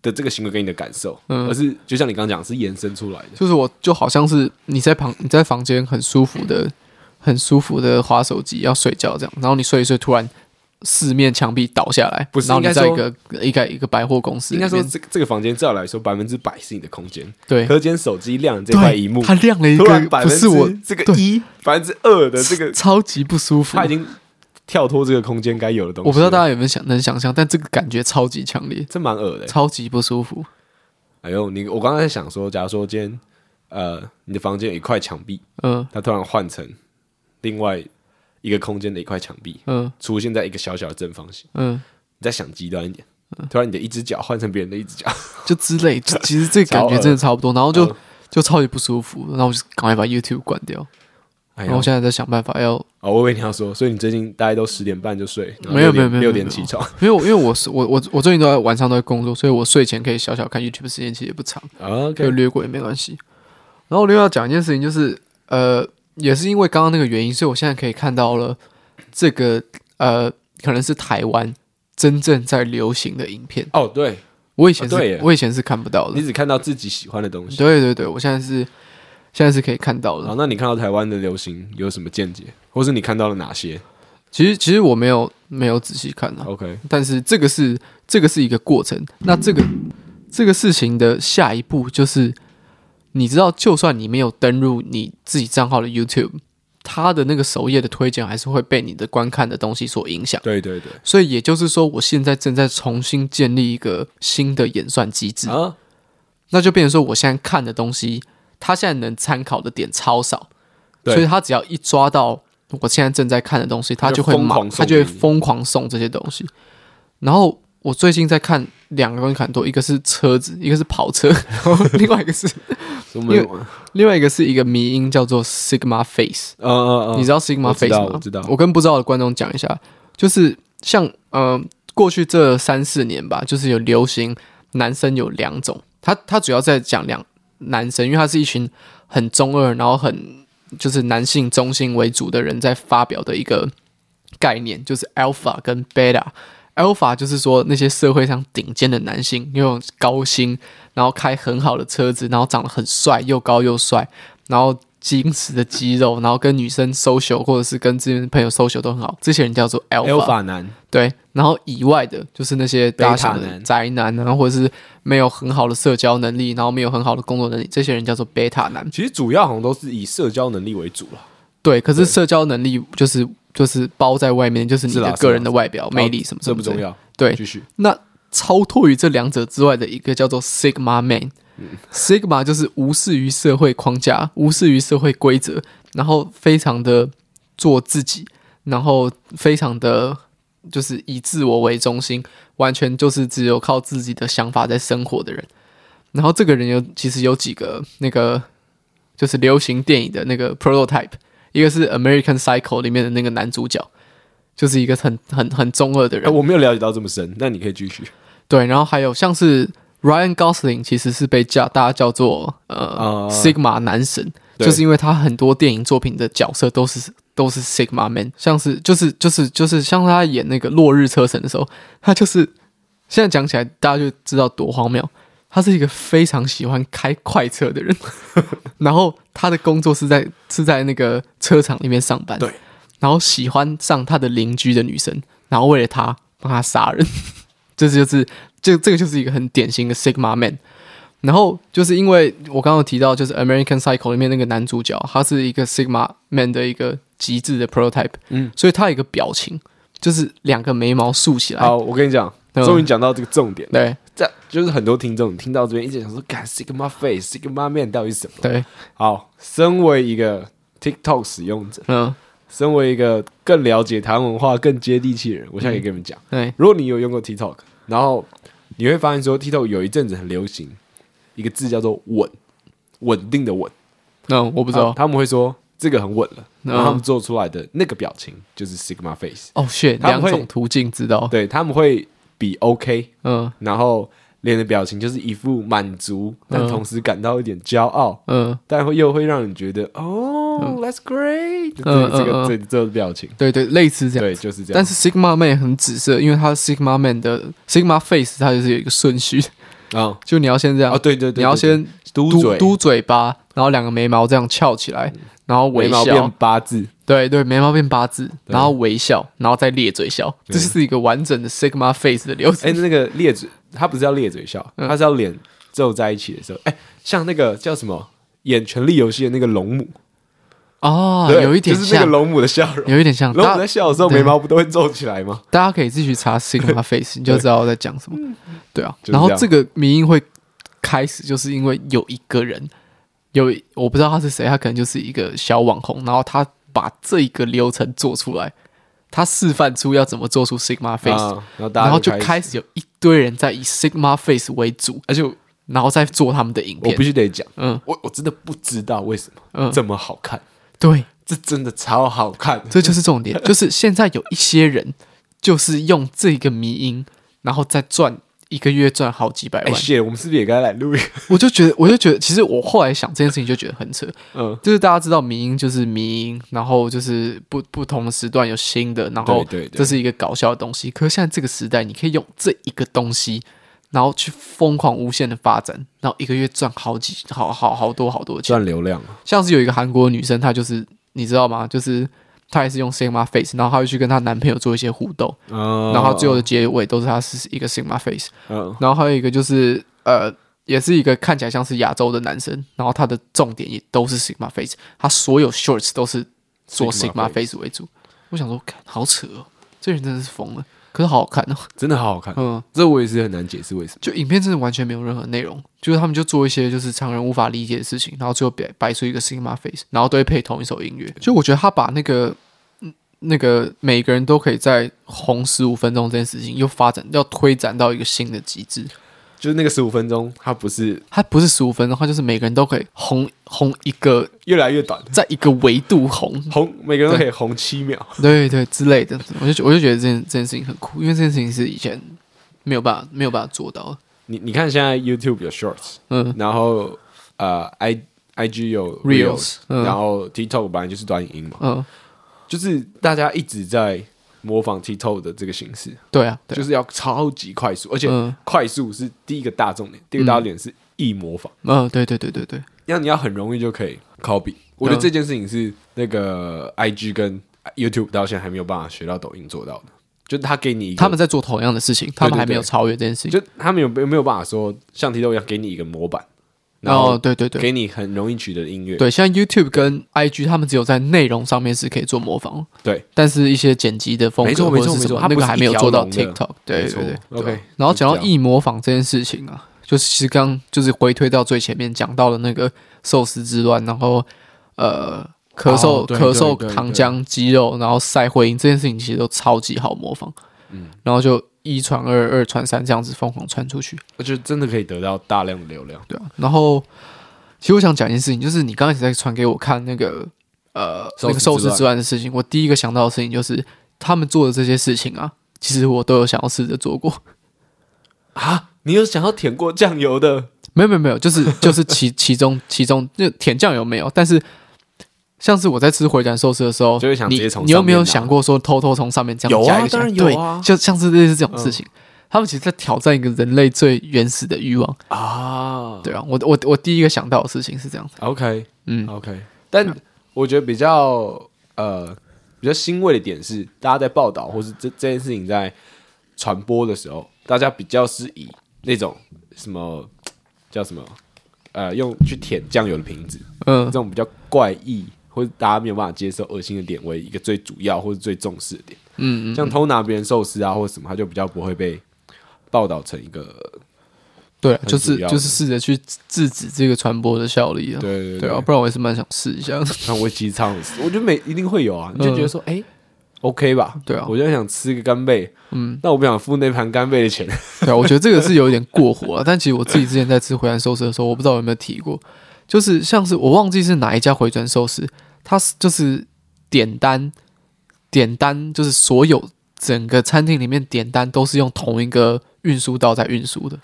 的这个行为给你的感受，而是就像你刚刚讲，是延伸出来的。就是我就好像是你在旁你在房间很舒服的、嗯很舒服的划手机要睡觉这样，然后你睡一睡，突然四面墙壁倒下来，不是然后你应该在一说个一个一个百货公司应里面，该说，这个这个房间照来说，百分之百是你的空间，对可是今天手机亮了这块对，荧幕，它亮了一突然个百不分是我之这个对一百分之二的这个，超级不舒服它已。经跳脱这个空间该有的东西。我不知道大家家有没有想能想象，但这个感觉超级强烈，这蛮恶的欸。超级不舒服。哎呦，你我刚才想说，假如说今天呃你的房间有一块墙壁，嗯它突然换成另外一个空间的一块墙壁，嗯出现在一个小小的正方形，嗯，你再想极端一点。突然，你的一只脚换成别人的一只 脚，就之类， 就其实这个感觉真的差不多，然后嗯就就超级不舒服，然后我就赶快把 YouTube 关掉，哎然后呦我！现在在想办法要哦，我以为你要说，所以你最近大概都十点半就睡，然后没有六点没有没有六点没有起床因为我因为我是我我我最近都在晚上都在工作，所以我睡前可以小小看 YouTube 时间其实也不长， ，OK，就略过也没关系。然后另外要讲一件事情，就是呃，也是因为刚刚那个原因，所以我现在可以看到了这个呃，可能是台湾真正在流行的影片，哦，对我以前是、啊对耶我以前是看不到的你。只看到自己喜欢的东西，对对对，我现在是现在是可以看到的。好，那你看到台湾的流行有什么见解，或是你看到了哪些其实其实我没有没有仔细看啊， ？OK，但是这个是这个是一个过程。那这个这个事情的下一步就是，你知道，就算你没有登录你自己账号的 YouTube，它的那个首页的推荐还是会被你的观看的东西所影响。对对对，所以也就是说，我现在正在重新建立一个新的演算机制，啊，那就变成说，我现在看的东西，它现在能参考的点超少，对所以它只要一抓到我现在正在看的东西，它就就会疯马狂送它就会给你疯狂送这些东西。然后我最近在看两个东西看多，一个是车子，一个是跑车，然 后另外一个是我们因另外一个是一个迷音叫做 Sigma Face。呃呃呃，你知道 Sigma 我知 Face 道吗？我知道跟不知道的观众讲一下，就是像呃，过去这三四年吧，就是有流行男生有两种，他他主要在讲两男生，因为他是一群很中二，然后很就是男性中心为主的人在发表的一个概念，就是 Alpha 跟 Beta。Alpha 就是说那些社会上顶尖的男性，拥有高薪，然后开很好的车子，然后长得很帅，又高又帅，然后坚实的肌肉，然后跟女生 social 或者是跟之前朋友 social 都很好，这些人叫做 alpha。 Alpha 男，对，然后以外的就是那些大家想贝塔的男宅男，然后或者是没有很好的社交能力，然后没有很好的工作能力，这些人叫做 beta 男。其实主要好像都是以社交能力为主了，对，可是对社交能力就是就是包在外面，就是你是啦的个人的外表、哦魅力什么什这么不之类重的。要，对，继续那超脱于这两者之外的一个叫做 Sigma Man。Sigma 就是无视于社会框架，无视于社会规则，然后非常的做自己，然后非常的就是以自我为中心，完全就是只有靠自己的想法在生活的人。然后这个人有其实有几个那个就是流行电影的那个 prototype，一个是 American Psycho 里面的那个男主角，就是一个很很很中二的人哎，。我没有了解到这么深，那你可以继续对，然后还有像是 Ryan Gosling，其实是被叫大家叫做呃、啊 Sigma 男神，对就是因为他很多电影作品的角色都是都是 Sigma Man，像是就是就是就是像他演那个《落日车神》的时候，他就是现在讲起来大家就知道多荒谬。他是一个非常喜欢开快车的人， 然后他的工作是在是在那个车厂里面上班，对，然后喜欢上他的邻居的女生，然后为了他帮他杀人， 这就是这这个就是一个很典型的 Sigma Man。然后就是因为我刚刚有提到，就是《American Psycho》里面那个男主角，他是一个 Sigma Man 的一个极致的 prototype，嗯，所以他有一个表情就是两个眉毛竖起来，好，我跟你讲，嗯终于讲到这个重点了。对这就是很多听众听到这边一直想说，干 Sigma Face、Sigma Man 到底是什么？对，好，身为一个 TikTok 使用者，嗯，身为一个更了解台湾文化、更接地气的人，我现在可以跟你们讲，对，如果你有用过 TikTok，然后你会发现说 TikTok 有一阵子很流行一个字叫做“稳”，稳定的稳。那嗯我不不知道，啊他们会说这个很稳了，嗯然后他们做出来的那个表情就是 Sigma Face，哦，shit，他们两会种途径知道，对他们会比 OK，嗯然后脸的表情就是一副满足，但嗯同时感到一点骄傲，嗯，但会又会让你觉得哦，That's great，这嗯嗯这个嗯这这个表情，对对，类似这样。对，就是这样。但是 Sigma Man 很紫色，因为它 Sigma Man 的 Sigma Face 它就是有一个顺序， 啊就你要先这样啊，对对对，你要对先嘟嘟嘴，嗯嘟嘴巴，然后两个眉毛这样翘起来，然后眉微毛笑变，八字，对对，眉毛变八字，对然后微笑，然后再咧嘴笑，这是一个完整的 Sigma Face 的流哎、程。那个咧嘴，他不是要咧嘴笑，嗯他是要脸皱在一起的时候，哎、像那个叫什么演《权力游戏》的那个龙母，哦，对，有一点就是那像个，龙母的笑容。有一点像。龙啊大母在家笑的时候，对眉毛不都会皱起来 吗？大家可以继 续查 Sigma Face，你就知道我在讲什么。对啊，就是然后这样这个迷音会开始，就是因为有一个人，有我不知道他是谁，他可能就是一个小网红，然后他把这一个流程做出来，他示范出要怎么做出 Sigma Face。啊然后大家然后就开开始有一堆人在以 Sigma Face 为主，而且我然后再做他们的影我片必。须得讲，嗯我我真的不知道为什么嗯这么好看，对，这真的超好看。这就是重 点，就是现在有一些人就是用这个迷音，然后再赚一个月赚好几百哎万。谢，我们是不是也该来录一个？ 我就觉得，我就觉得，其实我后来想这件事情就觉得很扯，嗯，就是大家知道迷音就是迷音，然后就是不不同的时段有新的，然后对对对这是一个搞笑的东西。可是现在这个时代，你可以用这一个东西，然后去疯狂无限的发展，然后一个月赚好几好好好多好多钱。赚流 量啊，像是有一个韩国女生，她就是你知道吗？就是她也是用 Sigma Face，然后她会去跟她男朋友做一些互动，然然后最后的结尾都是她是一个 Sigma Face。嗯然后还有一个就是呃，也是一个看起来像是亚洲的男生，然后他的重点也都是 Sigma Face，他所有 shorts 都是做 Sigma Sigma Face 为主。我想说，看好扯哦，这人真的是疯了，可是好好看哦。真的好好看，嗯，这我也是很难解释为什么。就影片真的完全没有任何内容，就是他们就做一些就是常人无法理解的事情，然后最后摆摆出一个 Sigma Face，然后都会配同一首音乐。就我觉得他把那个。嗯那个每个人都可以在红十五分钟这件事情，又发展要推展到一个新的极致。就是那个十五分钟，它不是它不是十五分钟，它就是每个人都可以红红一个，越来越短，在一个维度红，红每个人都可以红七秒。 对对之类的。我就觉我就觉得这件这件事情很酷，因为这件事情是以前没有办法没有办法做到的。你你看现在 YouTube 有 Shorts，嗯然后呃 I I G 有 Reels，嗯然后 TikTok 本来就是短影音嘛，嗯，就是大家一直在模仿 TikTok 的这个形式，对啊，对啊就是要超级快速，而且嗯快速是第一个大重点，第二个大重点是易模仿，嗯，对对对对对，让你要很容易就可以 copy。我觉得这件事情是那个 I G 跟 YouTube 到现在还没有办法学到抖音做到的，就是他给你一个他们在做同样的事情，他们还没有超越这件事情。就他们有没有没有办法说像 TikTok 一样给你一个模板，然然后后哦对对对给你很容易取得的音乐，对，像 YouTube 跟 IG，他们只有在内容上面是可以做模仿，对但是一些剪辑的风没格错或没者错是没什错么，它那不是个还一没有条做到龙的 TikTok。对没对错对， OK，然后讲就到这样易模仿这件事情啊，就是其实刚就是回推到最前面讲到的那个寿司之乱，然后呃咳嗽、哦对咳嗽对对糖浆鸡肉，然后赛会音这件事情其实都超级好模仿，嗯，然后就一传二，二传三这样子疯狂传出去，我觉得真的可以得到大量的流量。对啊，然后其实我想讲一件事情，就是你刚开始在传给我看那个呃寿司之乱那个寿司之乱的事情，我第一个想到的事情就是他们做的这些事情啊，其实我都有想要试着做过。 啊，你有想要舔过酱油的？没有没有没有，就是就是其 其中其中就甜酱油没有，但是像是我在吃回转寿司的时候，就会想直接从你你有没上有面拿想过说偷偷从上面这样有啊加一个当然酱油有啊嗯对，就像是类似这种事情，他们其实在挑战一个人类最原始的欲望，啊，对啊，我我我第一个想到的事情是这样子， ，OK，嗯 OK，但我觉得比较呃比较欣慰的点是，大家在报道或是这这件事情在传播的时候，大家比较是以那种什么叫什么呃用去舔酱油的瓶子这嗯种比较怪异或者大家没有办法接受恶心的点为一个最主要或者最重视的点。嗯嗯，像偷拿别人寿司啊或者什么，他就比较不会被报道成一个对啊，很就是主要的就是试着去制止这个传播的效力啊，对对对啊，不然我也是蛮想试一下的，嗯看我鸡汤，我觉得每一定会有啊，你就觉得说，哎、o k 吧？对啊我就想吃个干贝，嗯，但我不想付那盘干贝的 钱。对啊，我觉得这个是有一点过火啊了。但其实我自己之前在吃回转寿司的时候，我不知道有没有提过，就是像是我忘记是哪一家回转寿司，它是就是点单，点单就是所有整个餐厅里面点单都是用同一个运输道在运输的。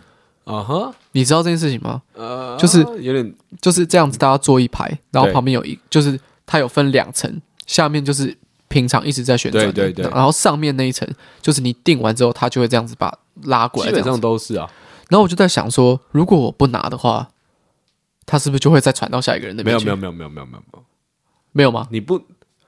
啊哈，你知道这件事情吗？呃就是有点就是这样子，大家坐一排，然后对旁边有一，就是它有分两层，下面就是平常一直在旋转的，对对对然后上面那一层就是你订完之后，它就会这样子把拉过来，基这本样上子都是啊，然后我就在想说，如果我不拿的话，他是不是就会再传到下一个人那没边有去？没有有没有没有没有没有没有，没有吗？你不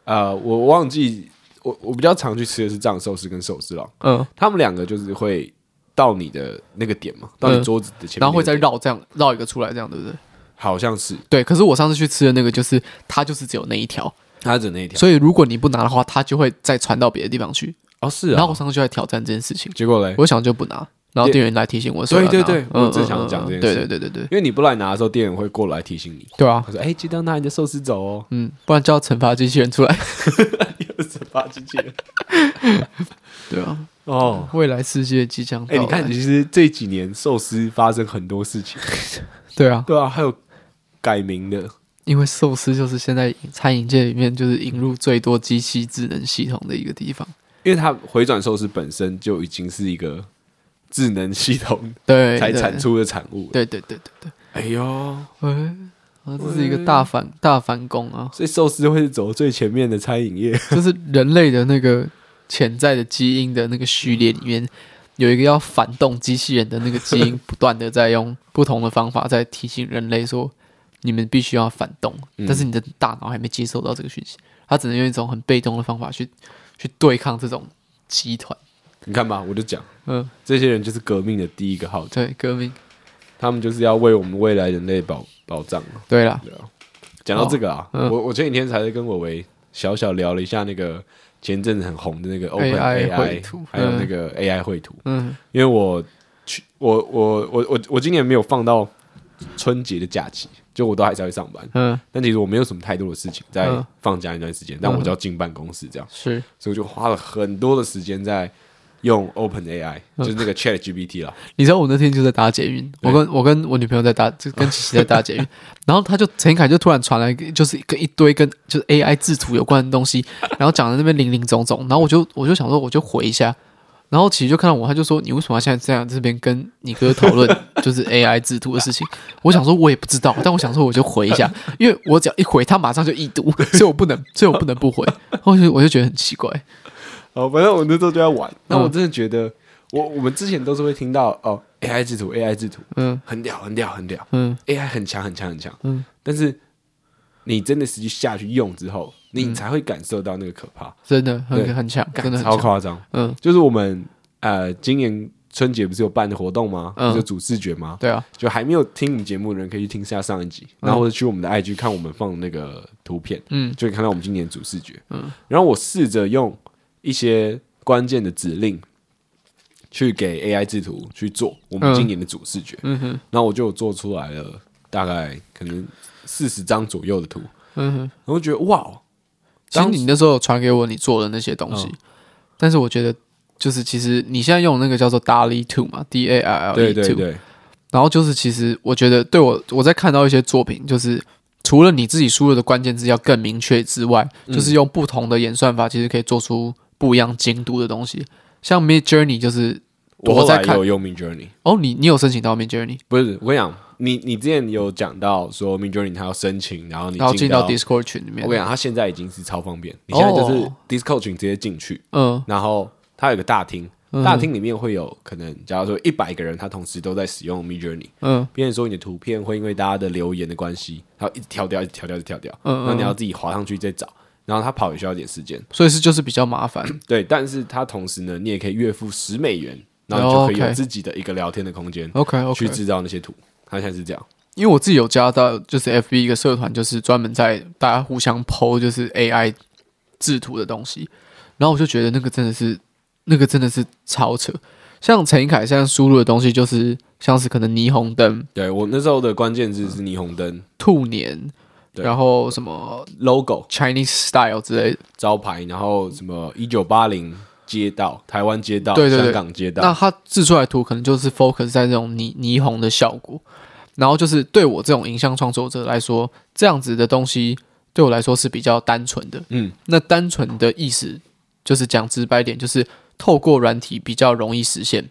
呃，我忘记我我比较常去吃的是藏寿司跟寿司郎，嗯，他们两个就是会到你的那个点嘛，到你嗯桌子的前面那个点、然后会再绕这样绕一个出来，这样对不对？好像是对。可是我上次去吃的那个，就是它就是只有那一条，他整那一条所以如果你不拿的话，它就会再传到别的地方去。哦是然啊后，我上次就在挑战这件事情，结果嘞，我想就不拿，然后店员来提醒我说要对拿，对对嗯我只嗯想嗯讲这件事嗯对对对对对，因为你不来拿的时候，店员会过来提醒你，对啊他，说哎、记得拿你的寿司走 哦。嗯，不然叫惩罚机器 人出来，惩罚机器人。对啊，哦，未来世界即将到哎、来，你看，其实这几年寿司发生很多事 情，对啊，对啊，还有改名的，因为寿司就是现在餐饮界里面就是引入最多机器智能系统的一个地方。因为它回转寿司本身就已经是一个智能系统 对，才对产。出的产物了。对对对对对，哎呦，！哎、啊，这是一个大反大反攻啊所以寿司会是走最前面的 餐饮业，就是人类的那个潜在的基因的那个序列里面，有一个要反动机器人的那个基因，不断的在用不同的方法在提醒人类说，你们必须要反动，但是你的大脑还没接受到这个讯息，它只能用一种很被动的方法去去对抗这种集团。你看吧，我就讲，嗯，这些人就是革命的第一个号角，对，革命。他们就是要为我们未来人类保保障啊。对啦，对啊，讲到这个啊，嗯我我前几天才跟伟伟小小聊了一下那个前阵子很红的那个 Open AI 绘 AI，图还有嗯那个 AI 绘图，嗯，因为我去我我我我我今年没有放到春节的假期，就我都还是会上班，嗯，但其实我没有什么太多的事情在嗯放假那段时间，但我就要进办公室这样，是，所以我就花了很多的时间在。用 Open AI 就是那个 Chat GPT 啦，你知道我那天就在搭捷运，我跟我跟我女朋友在搭，就跟琪琪在搭捷 运，然后她就陈凯就突然传来一个，就是跟一堆跟就是 AI 制图有关的东西，然后讲的那边零零总总，然后我就我就想说我就回一下，然后琪琪就看到我，他就说你为什么要现在这样这边跟你哥讨 论就是 AI 制图的事情？我想说我也不知道，但我想说我就回一 下，因为我只要一回，他马上就已读，所以我不能，所以我不能不回，然后我就我就觉得很奇怪，哦，反正我那时候就在玩。那嗯我真的觉得，我我们之前都是会听到哦，AI 制图，AI 制图，嗯很屌，很屌，很屌嗯，AI 很强，很强，很强。嗯，但是你真的实际下去用之后，你才会感受到那个可怕，真的很对很强，干真的很超强，夸张。嗯就是我们呃，今年春节不是有办活动吗？嗯不是有主视觉吗？对啊，就还没有听我们节目的人，可以去听一下上一集，然后或者去我们的 IG 看我们放的那个图片，嗯就可以看到我们今年的主视觉。嗯，然后我试着用一些关键的指令去给 AI 制图去做我们嗯今年的主视觉，嗯哼然后我就有做出来了，大概可能四十张左右的图，然嗯哼。后觉得哇，其实当你那时候有传给我你做的那些东西，嗯但是我觉得就是其实你现在用的那个叫做 DALL-E Two 嘛，D A L L E Two，对对对，然后就是其实我觉得对我我在看到一些作品，就是除了你自己输入的关键字要更明确之外，嗯就是用不同的演算法，其实可以做出不一样精度的东西。像 Mid Journey 就是我后我在来看有用 Mid Journey，哦，你你有申请到 Mid Journey，不是我跟你讲，你你之前有讲到说 Mid Journey 它要申请，然后你然后进到 Oh 到 Discord 群里面我跟，你讲，它现在已经是超方便，你现在就是哦 Discord 群直接进去，嗯然后它有个大厅，嗯大厅里面会有可能，假如说一百个人，他同时都在使用 Mid Journey，嗯变成说你的图片会因为大家的留言的关系，它一直跳掉，一直跳掉，一直跳掉，嗯嗯然后你要自己滑上去再找，然后它跑也需要一点时间，所以是就是比较麻烦，对，但是它同时呢，你也可以月付十美元，然后你就可以哦有，OK 自己的一个聊天的空间 OK OK，去制造那些图，它现在是这样，因为我自己有加到就是 FB 一个社团，就是专门在大家互相剖就是 AI 制图的东西，然后我就觉得那个真的是那个真的是超扯。像陈一凯现在输入的东西就是像是可能霓虹灯、对我那时候的关键字是霓虹灯兔年，对然后什么 logo。 Chinese style 之类的。招牌，然后什么一九八零街道、台湾街道、对对对香港街那道，他制出来的图可能就是 focus 在这种霓霓虹的效果，然后就是对我这种影像创作者来说，这样子的东西对我来说是比较单纯的。嗯，那单纯的意思就是讲直白点，就是透过软体比较容易实现，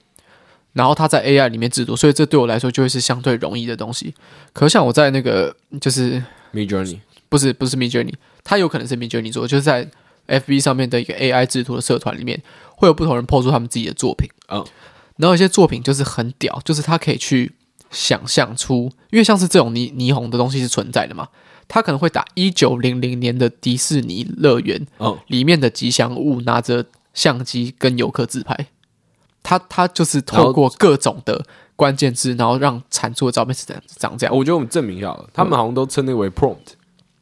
然后它在 AI 里面制作，所以这对我来说就会是相对容易的东西。可像我在那个就是，Mid Journey，不是不是 Mid Journey，它有可能是 Mid Journey 做的，就是在 FB 上面的一个 AI 制图的社团里面，会有不同人抛出他们自己的作品。嗯，然后有一些作品就是很屌，就是它可以去想象出，因为像是这种霓霓虹的东西是存在的嘛，它可能会打一九零零年的迪士尼乐园，哦，里面的吉祥物拿着相机跟游客自拍，他他就是透过各种的关键字，然后让产出的照片是长长这样，我觉得我们证明好了，他们好像都称那为 prompt，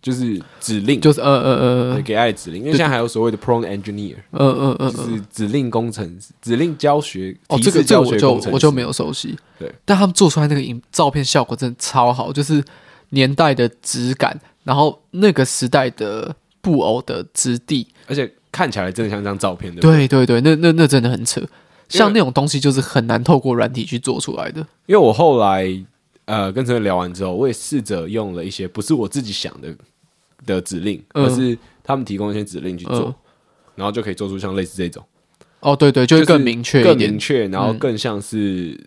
就是指令，嗯就是呃呃对给爱指令，因为现在还有所谓的 prompt engineer，呃呃呃呃就呃，是指令工程师、指令教学、哦，提这个示这教个我学就工程我就师没有熟悉，对，但他们做出来那个影照片效果真的超好，就是年代的质感，然后那个时代的布偶的质地，而且看起来真的像张照片，对不对？对对对，那那那真的很扯。像那种东西就是很难透过软体去做出来的，因为我后来呃跟陈伟聊完之后，我也试着用了一些不是我自己想的的指令，嗯而是他们提供一些指令去做嗯，然后就可以做出像类似这种。哦，对对，就会是更明确一更点明，确，然后嗯更像是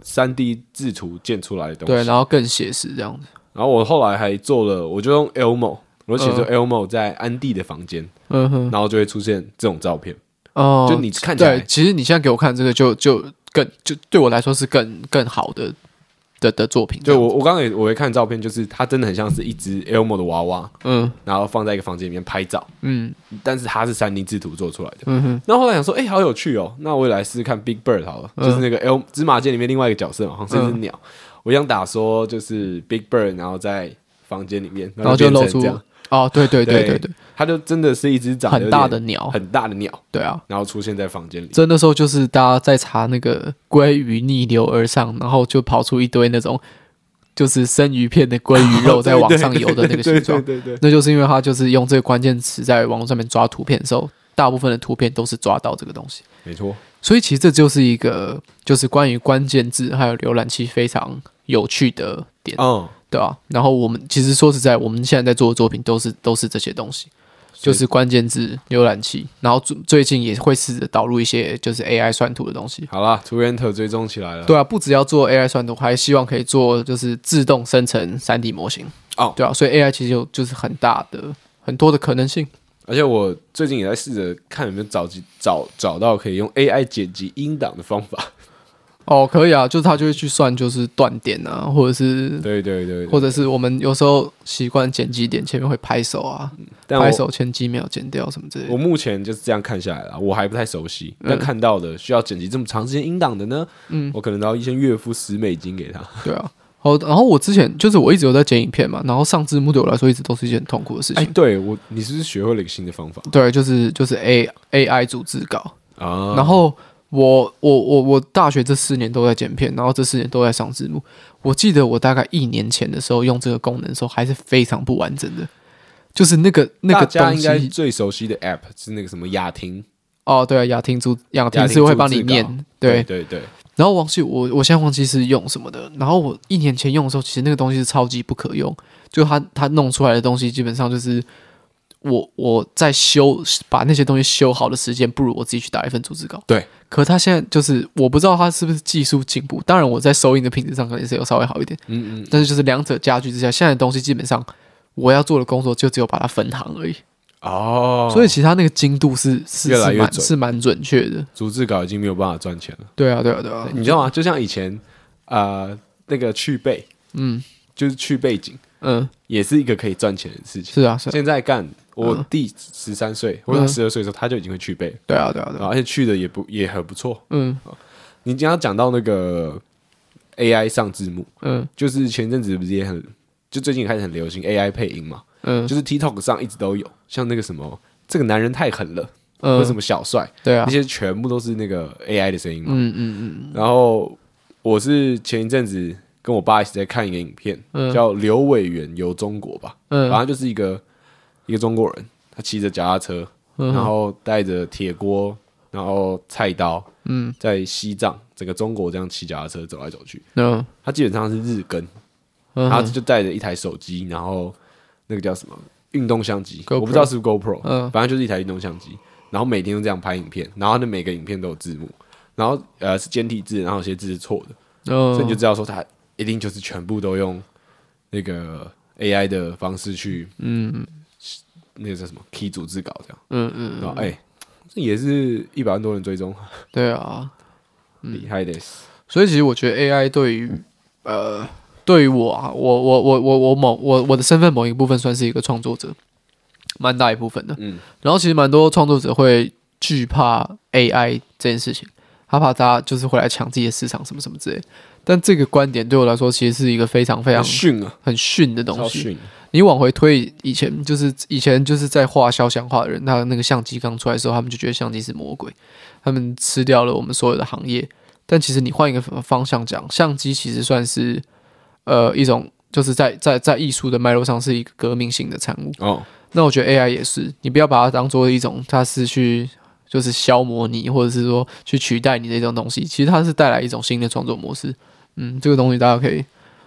三 D 制图建出来的东西。对，然后更写实这样子。然后我后来还做了，我就用 Elmo，我就写出 Elmo 在安迪的房间，嗯嗯哼，然后就会出现这种照片。哦，就你看起来对，其实你现在给我看这个就，就更就对我来说是更更好的的的作品。对我，我刚刚也我会看照片，就是它真的很像是一只 Elmo 的娃娃，嗯然后放在一个房间里面拍照，嗯但是它是三 D 制图做出来的。嗯哼，那后来想说，哎、好有趣哦，那我也来试试看 Big Bird 好嗯了，就是那个 L 芝麻街里面另外一个角色嘛，好像是一只鸟。我想打说就是 Big Bird，然后在房间里面，然后就变露成出这样，哦，对对对对对对，它就真的是一只长得很有大点的鸟，很大的鸟，对啊。然后出现在房间里。这那时候就是大家在查那个鲑鱼逆流而上，然后就跑出一堆那种就是生鱼片的鲑鱼肉在往上游的 那个形状。对对对对对那就是因为他就是用这个关键词在网络上面抓图片的时候，大部分的图片都是抓到这个东西。没错。所以其实这就是一个就是关于关键字还有浏览器非常有趣的点，嗯，对吧、然后我们其实说实在，我们现在在做的作品都是都是这些东西，就是关键字、浏览器，然后最最近也会试着导入一些就是 AI 算图的东西。好啦 t o r e n t 追踪起来了。对啊，不只要做 AI 算图，还希望可以做就是自动生成 3D 模型。哦对啊，所以 AI 其实有就是很大的很多的可能性。而且我最近也在试着看有没有找集找找到可以用 AI 剪辑音档的方法。哦，可以啊，就是它就会去算就是断点啊，或者是对对对对或者是我们有时候习惯剪辑点前面会拍手啊，嗯但拍我手前几秒剪掉什么之类我的。目前就是这样看下来了，我还不太熟悉。嗯但看到的需要剪辑这么长时间音档的呢，嗯，我可能都要一些月付十美金给他。对啊，好，然后我之前就是我一直有在剪影片嘛，然后上字幕对我来说一直都是一件很痛苦的事哎，情。对我，你是不是学会了一个新的方法对，就是就是 A A I 组织稿，啊？然后我我我我大学这四年都在剪片，然后这四年都在上字幕。我记得我大概一年前的时候用这个功能的时候还是非常不完整的，就是那个那大个家东应该西最熟悉的 App 是那个什么雅婷，哦，对啊，雅婷组雅雅婷婷是会逐帮字你稿念，对，对对，然后忘记我，我现在忘记是用什么的。然后我一年前用的时候，其实那个东西是超级不可用，就它它弄出来的东西基本上就是我我在修把那些东西修好的时间，不如我自己去打一份逐字稿。对，可它现在就是我不知道它是不是技术进步，当然我在收音的品质上可能是有稍微好一点，嗯嗯但是就是两者加剧之下，现在的东西基本上我要做的工作就只有把它分行而已，哦，所以其他那个精度是是越来是越蛮准是蛮准确的。逐字稿已经没有办法赚钱了，对啊，对啊，对啊，你知道吗？就像以前呃那个去背，嗯就是去背景，嗯，也是一个可以赚钱的事情。是啊是啊，现在干，我弟十三岁，或者嗯十二岁的时候，他就已经会去背了，对啊对啊对然后啊，而且去的也不也很不错。嗯。你刚刚讲到那个 AI 上字幕，嗯就是前阵子不是也很，就最近开始很流行 AI 配音嘛，嗯就是 TikTok 上一直都有，像那个什么这个男人太狠了，或嗯，者什么小帅，对啊那，些全部都是那个 AI 的声音嘛。嗯嗯嗯然后我是前一阵子跟我爸一起在看一个影片，嗯叫《刘伟元游中国》吧，嗯反正就是一个一个中国人，他骑着脚踏车，嗯然后带着铁锅，然后菜刀，嗯在西藏整个中国这样骑脚踏车走来走去。嗯他基本上是日更，嗯，然后就带着一台手机，然后那个叫什么运动相机 GoPro 我不知道是不是 GoPro，、嗯反正就是一台运动相机，然后每天都这样拍影片，然后他的每个影片都有字幕，然后呃是简体字，然后有些字是错的，所以你就嗯知道说他一定就是全部都用那个 AI 的方式去，嗯，那个叫什么 key 组字稿这样，嗯嗯，然后哎、这也是一百万多人追踪，对啊，厉害的，所以其实我觉得 AI 对于呃，对于我啊，我我我我我某我我的身份某一个部分算是一个创作者，蛮大一部分的。嗯，然后其实蛮多创作者会惧怕 AI 这件事情，他怕大家就是会来抢自己的市场什么什么之类的。但这个观点对我来说，其实是一个非常非常很逊啊，很逊的超东西。逊，你往回推以前，就是以前就是在画肖像画的人，他那个相机刚出来的时候，他们就觉得相机是魔鬼，他们吃掉了我们所有的行业。但其实你换一个方向讲，相机其实算是呃一种，就是在在在艺术的脉络上是一个革命性的产物。哦，那我觉得 AI 也是，你不要把它当做一种，它是去就是消磨你，或者是说去取代你的一种东西。其实它是带来一种新的创作模式。嗯，这个东西大家可以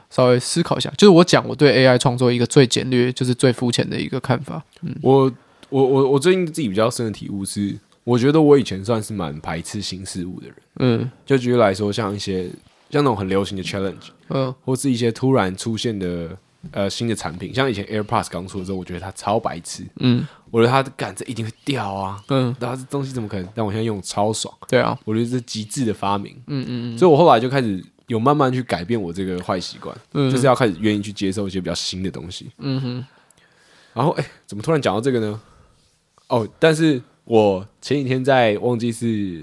稍微思考一下。就是我讲我对 AI 创作一个最简略，就是最肤浅的一个看法。我我我我最近自己比较深的体悟是，我觉得我以前算是蛮排斥新事物的人。嗯就举例来说，像一些像那种很流行的 challenge，嗯或是一些突然出现的呃新的产品，像以前 AirPods 刚出的时候，我觉得它超白痴，嗯我觉得它干这一定会掉啊，嗯，然后这东西怎么可能？但我现在用超爽，对啊，我觉得这极致的发明，嗯嗯所以我后来就开始有慢慢去改变我这个坏习惯，嗯就是要开始愿意去接受一些比较新的东西。嗯哼，然后哎、怎么突然讲到这个呢？哦，但是我前几天在忘记是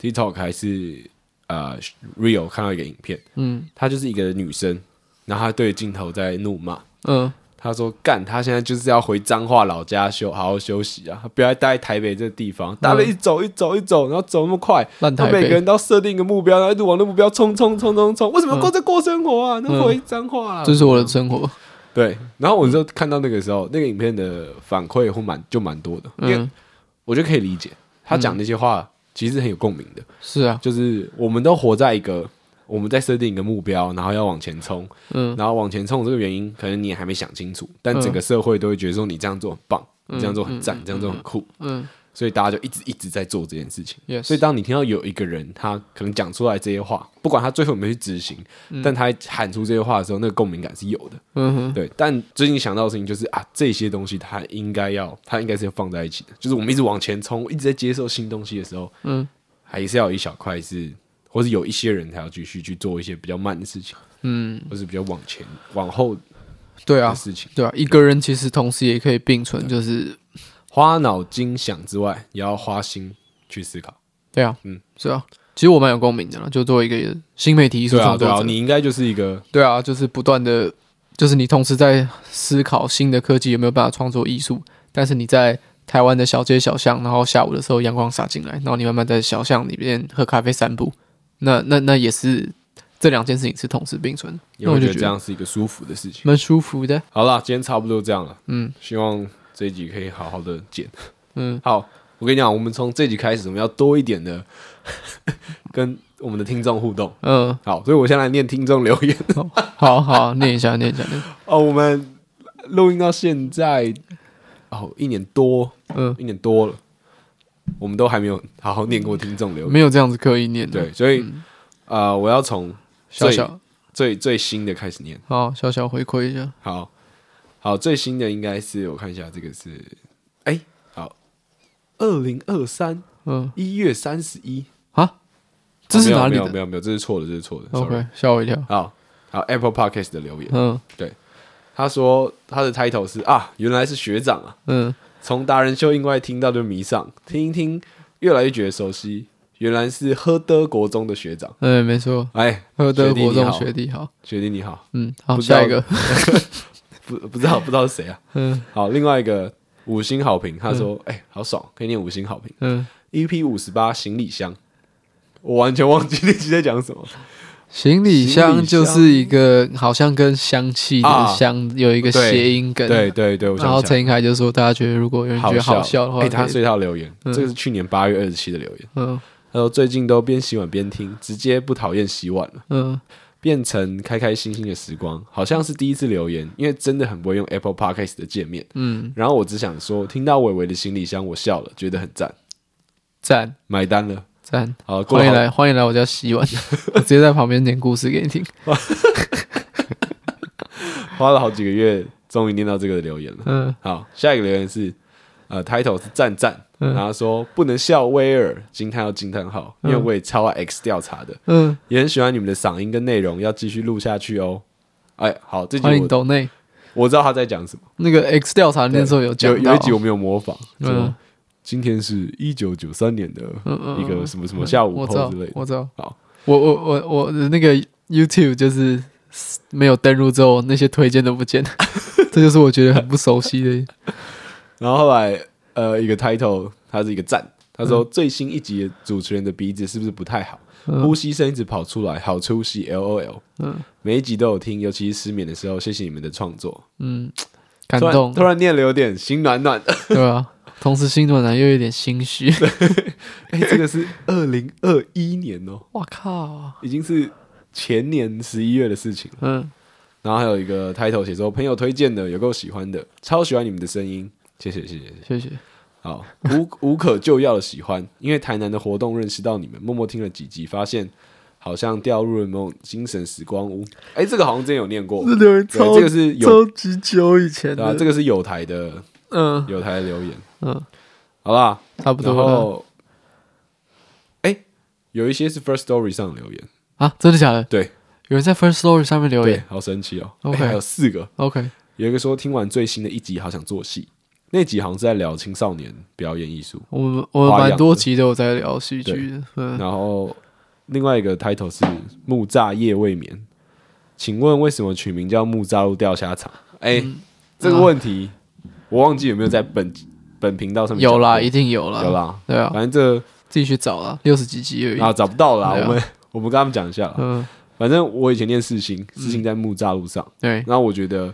TikTok 还是呃 Real 看到一个影片，嗯她就是一个女生，然后她对镜头在怒骂。嗯她说：“干，她现在就是要回彰化老家休，好好休息啊！她不要待在台北这个地方，大家一走一走一走，然后走那么快，嗯烂他台每北个人都要设定一个目标，然后一直往那目标冲冲冲冲冲。为什么要过这过生活啊？那回彰化啊！嗯这是我嗯的生活，对。然后我就看到那个时候，那个影片的反馈会蛮就蛮多的，因为嗯，我觉得可以理解他讲那些话，其实很有共鸣的。是啊，就是我们都活在一个我们在设定一个目标，然后要往前冲，嗯然后往前冲这个原因，可能你也还没想清楚，但整个社会都会觉得说你这样做很棒，你这样做很赞，你这样做很酷，嗯所以大家就一直一直在做这件事情。 ，yes，所以，当你听到有一个人他可能讲出来这些话，不管他最后有没有去执行，但他喊出这些话的时候，那个共鸣感是有的。嗯哼，对，但最近想到的事情就是啊，这些东西它应该要，它应该是要放在一起的。就是我们一直往前冲，一直在接受新东西的时候，嗯还是要有一小块是，或是有一些人才要继续去做一些比较慢的事情，嗯，或是比较往前往后对的啊，事情。对啊，一个人其实同时也可以并存，就是花脑筋想之外，也要花心去思考。对啊，嗯嗯，是啊，其实我蛮有共鸣的啦，就作为一个新媒体艺术对啊，创对作啊，者，你应该就是一个对啊，就是不断的，就是你同时在思考新的科技有没有办法创作艺术，但是你在台湾的小街小巷，然后下午的时候阳光洒进来，然后你慢慢在小巷里面喝咖啡散步，那那那也是这两件事情是同时并存，你那我会觉就得觉这得样是一个舒服的事情。蛮舒服的。好啦，今天差不多这样了。嗯希望这一集可以好好的剪。嗯，好，我跟你讲，我们从这集开始，我们要多一点的 跟我们的听众互动。嗯，好，所以我先来念听众留言好好念一下，念一下，念一下。 哦。我们录音到现在哦一年多，嗯，一年多了，我们都还没有好好念过听众留言。没有这样子刻意念的。对，，所以、呃，我要从小最小最最新的开始念。好，小小回馈一下。好好，最新的应该是我看一下，这个是哎、好，二零二三嗯一月三十一，啊，这是哦哪里没有没有没的有没有，这是错的，这是错的。sorry ？OK，吓我一跳。好好，Apple Podcast 的留言，嗯他说他的 title 是啊，原来是学长啊，嗯，从达人秀意外听到就迷上，听一听越来越觉得熟悉，原来是喝德国中的学长。哎，没错，哎，喝德学弟国你中好学弟好。学弟你好，嗯，好，不知道下一个。不不知道不知道是谁啊？嗯好，另外一个五星好评，他说哎、好爽，可以念五星好评。嗯， EP E 五十八行李箱，我完全忘记那集在讲什么。行李箱就是一个好像跟香气的啊香有一个谐音梗。对。对对，我然想后起来陈英凯就说，大家觉得如果有人觉得好笑的话嗯哎，，他可以所以他留言，这个是去年八月二十七的留言。嗯他说最近都边洗碗边听，直接不讨厌洗碗了，嗯变成开开心心的时光。好像是第一次留言，因为真的很不会用 Apple Podcast 的界面。嗯，然后我只想说，听到伟伟的行李箱，我笑了，觉得很赞，赞买单了。赞，好，过欢了迎好来欢迎来我家洗 碗，我直接在旁边念故事给你听。花了好几个月，终于念到这个留言了。嗯好，下一个留言是，呃，title 是赞赞，嗯然后说不能笑威尔，惊叹号惊叹号，因为我也超爱 X 调查的，嗯，也很喜欢你们的嗓音跟内容，要继续录下去哦。哎，好，这集欢迎我抖内。我知道他在讲什么，那个 X 调查那时候有讲有到，有一集我没有模仿，嗯什么今天是一九九三年的嗯嗯一个嗯什么什么下午我知道后之类，的，我知道。好，我我我我的那个 YouTube 就是没有登录之后，那些推荐都不 见了，这就是我觉得很不熟悉的。然后后来呃一个 title，它是一个赞。他说：“最新一集的主持人的鼻子是不是不太好？呼吸声一直跑出来，好出戏，L O L。嗯每一集都有听，尤其是失眠的时候，谢谢你们的创作，嗯，感突然动突，然念了有点心暖暖。 对吧、同时心暖男又有点心虚。 哎、这个是二零二一年哦，我靠，已经是前年十一月的事情了。嗯然后还有一个 title 写说朋友推荐的，有够喜欢的，超喜欢你们的声音，谢谢谢谢谢谢。谢谢。好，无无可救药的喜欢，因为台南的活动认识到你们，默默听了几集，发现好像掉入了某种精神时光屋。哎、这个好像之前有念过，这留言对超这个是有超级久以前对啊，的，这个是有台的嗯有台的留言，嗯，好啦，差不多然了后，哎、有一些是 First Story 上留言，啊，真的假的？对有人在 First Story 上面留对言，好神奇哦、 OK 哎还有四个， ，OK，有一个说听完最新的一集好想做戏，那集好像是在聊青少年表演艺术，我们我们花样蛮多的集都有在聊戏剧的， 嗯，然后另外一个 title 是木栅夜未眠，请问为什么取名叫木栅路钓虾场？哎、嗯这个问题、我忘记有没有在本本频道上面有讲啦，过一定有啦，有，啦，对啊，反正这自己去找啦，六十几集而已，啊找不到啦，对啊我们 我们跟他们讲一下啦。嗯，反正我以前念世新，世新在木栅路上，对，然后我觉得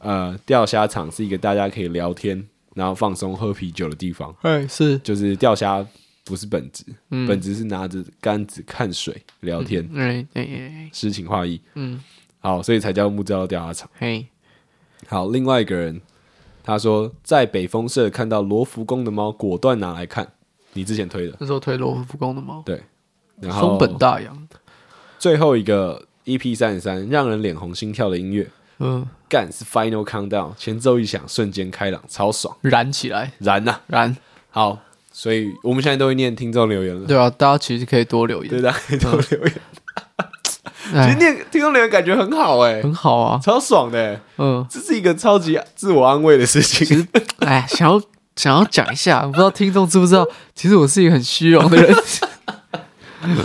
呃钓虾场是一个大家可以聊天，然后放松喝啤酒的地方，哎，是，就是钓虾不是本质，嗯，本质是拿着杆子看水聊天，哎哎哎，哎诗情画意。嗯，好，所以才叫木栅路钓虾场。嘿，好，另外一个人他说在北风社看到罗浮宫的猫，果断拿来看，你之前推的，那时候推罗浮宫的猫，对。然后松本大洋，最后一个 EP 三十三，让人脸红心跳的音乐，嗯，干是 Final Countdown，前奏一响，瞬间开朗，超爽，燃起来，燃呐、燃，好，所以我们现在都会念听众留言了，对啊，大家其实可以多留言，对大家都留言，其实嗯哎，念听众留言感觉很好哎、很好啊，超爽的、欸，嗯，这是一个超级自我安慰的事其情实。，哎，想要想要讲一下，不知道听众知不知道，其实我是一个很虚荣的人，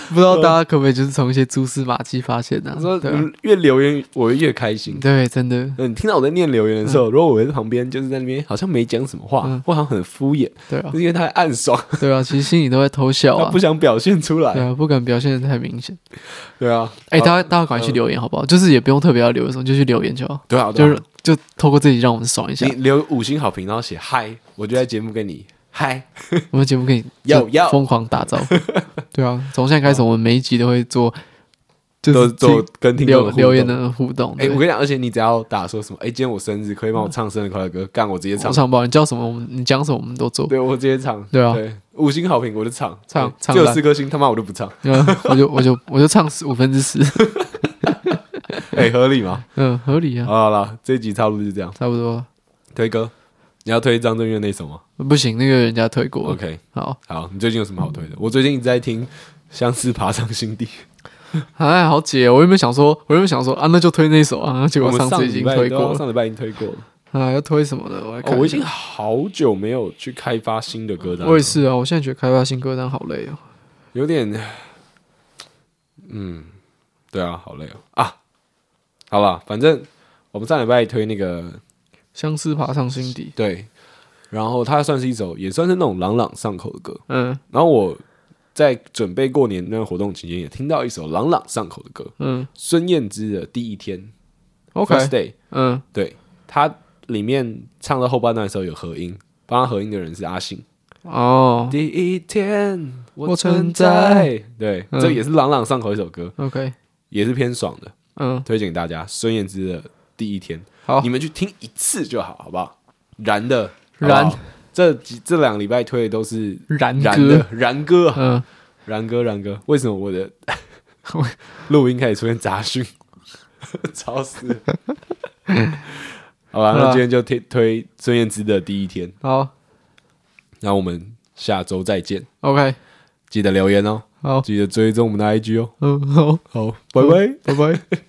不知道大家可不可以就是从一些蛛丝马迹发现呢、我说对啊、嗯越留言我越开心。对，真的，嗯，你听到我在念留言的时候，如果我在旁边就是在那边好像没讲什么话，嗯我好像很敷衍，对啊是，因为他在暗爽，对啊，其实心里都在偷笑他啊不，想表现出对来。啊，不敢表现的太明显。对啊，哎、好大家大家赶快去留言好不好？就是也不用特别要留言什么，就去留言就好，对啊，对就啊是就透过这里让我们爽一下你。留五星好评，然后写嗨，我就在节目跟你嗨。我们节目可以要就要疯狂 打造，对啊，从现在开始我们每一集都会做，就是都都跟听众留互动留言。的互动。哎、对我跟你讲，而且你只要打说什么，哎、今天我生日，可以帮我唱生日快乐歌，干我直接唱嗯我，唱爆，你叫什么，我们你讲什么我们都做。对我直接唱，对啊五星好评我就唱，唱对唱只有烂四颗星，他妈我就不唱，嗯，我就我就我就唱十五分之十，哎、合理 吗？嗯，合理啊，好了，这一集差不多就这样，差不多。推歌，你要推张震岳那首吗不行，那个人家退过。 ？OK，好，好，你最近有什么好推的？我最近一直在听《相思爬上心底》，哎，好姐，我原本想说，我原本想说啊，那就推那首啊，结 我果们上次已礼经拜推对啊过了上礼拜已经推过了。啊，要推什么的？我来看一哦，下、我已经好久没有去开发新的歌单了，我也是啊，我现在觉得开发新歌单好累哦。有点，嗯，对啊，好累哦啊，好吧，反正我们上礼拜推那个相思爬上心底，对，然后它算是一首也算是那种朗朗上口的歌。嗯然后我在准备过年那个活动期间也听到一首朗朗上口的歌，嗯孙燕姿的《第一天》 ，OK， First Day，嗯对，它里面唱到后半段的时候有合音，帮他合音的人是阿信。哦第一天我我存存在在，对，嗯这也是朗朗上口一首歌， ，OK，也是偏爽的。嗯，推荐给大家孙燕姿的《第一天》，好你，们去听一次就好，好不好？燃的，燃好不好这几这两个礼拜推的都是然燃哥，的，燃哥啊，嗯，燃哥，燃哥，为什么我 的录音开始出现杂讯？ 吵死了！好吧，好啦那今天就推推孙燕姿的《第一天》，好那我们下周再见， ，OK，记得留言哦，好，记得追踪我们的 IG 哦，嗯，好，好，拜拜。拜拜。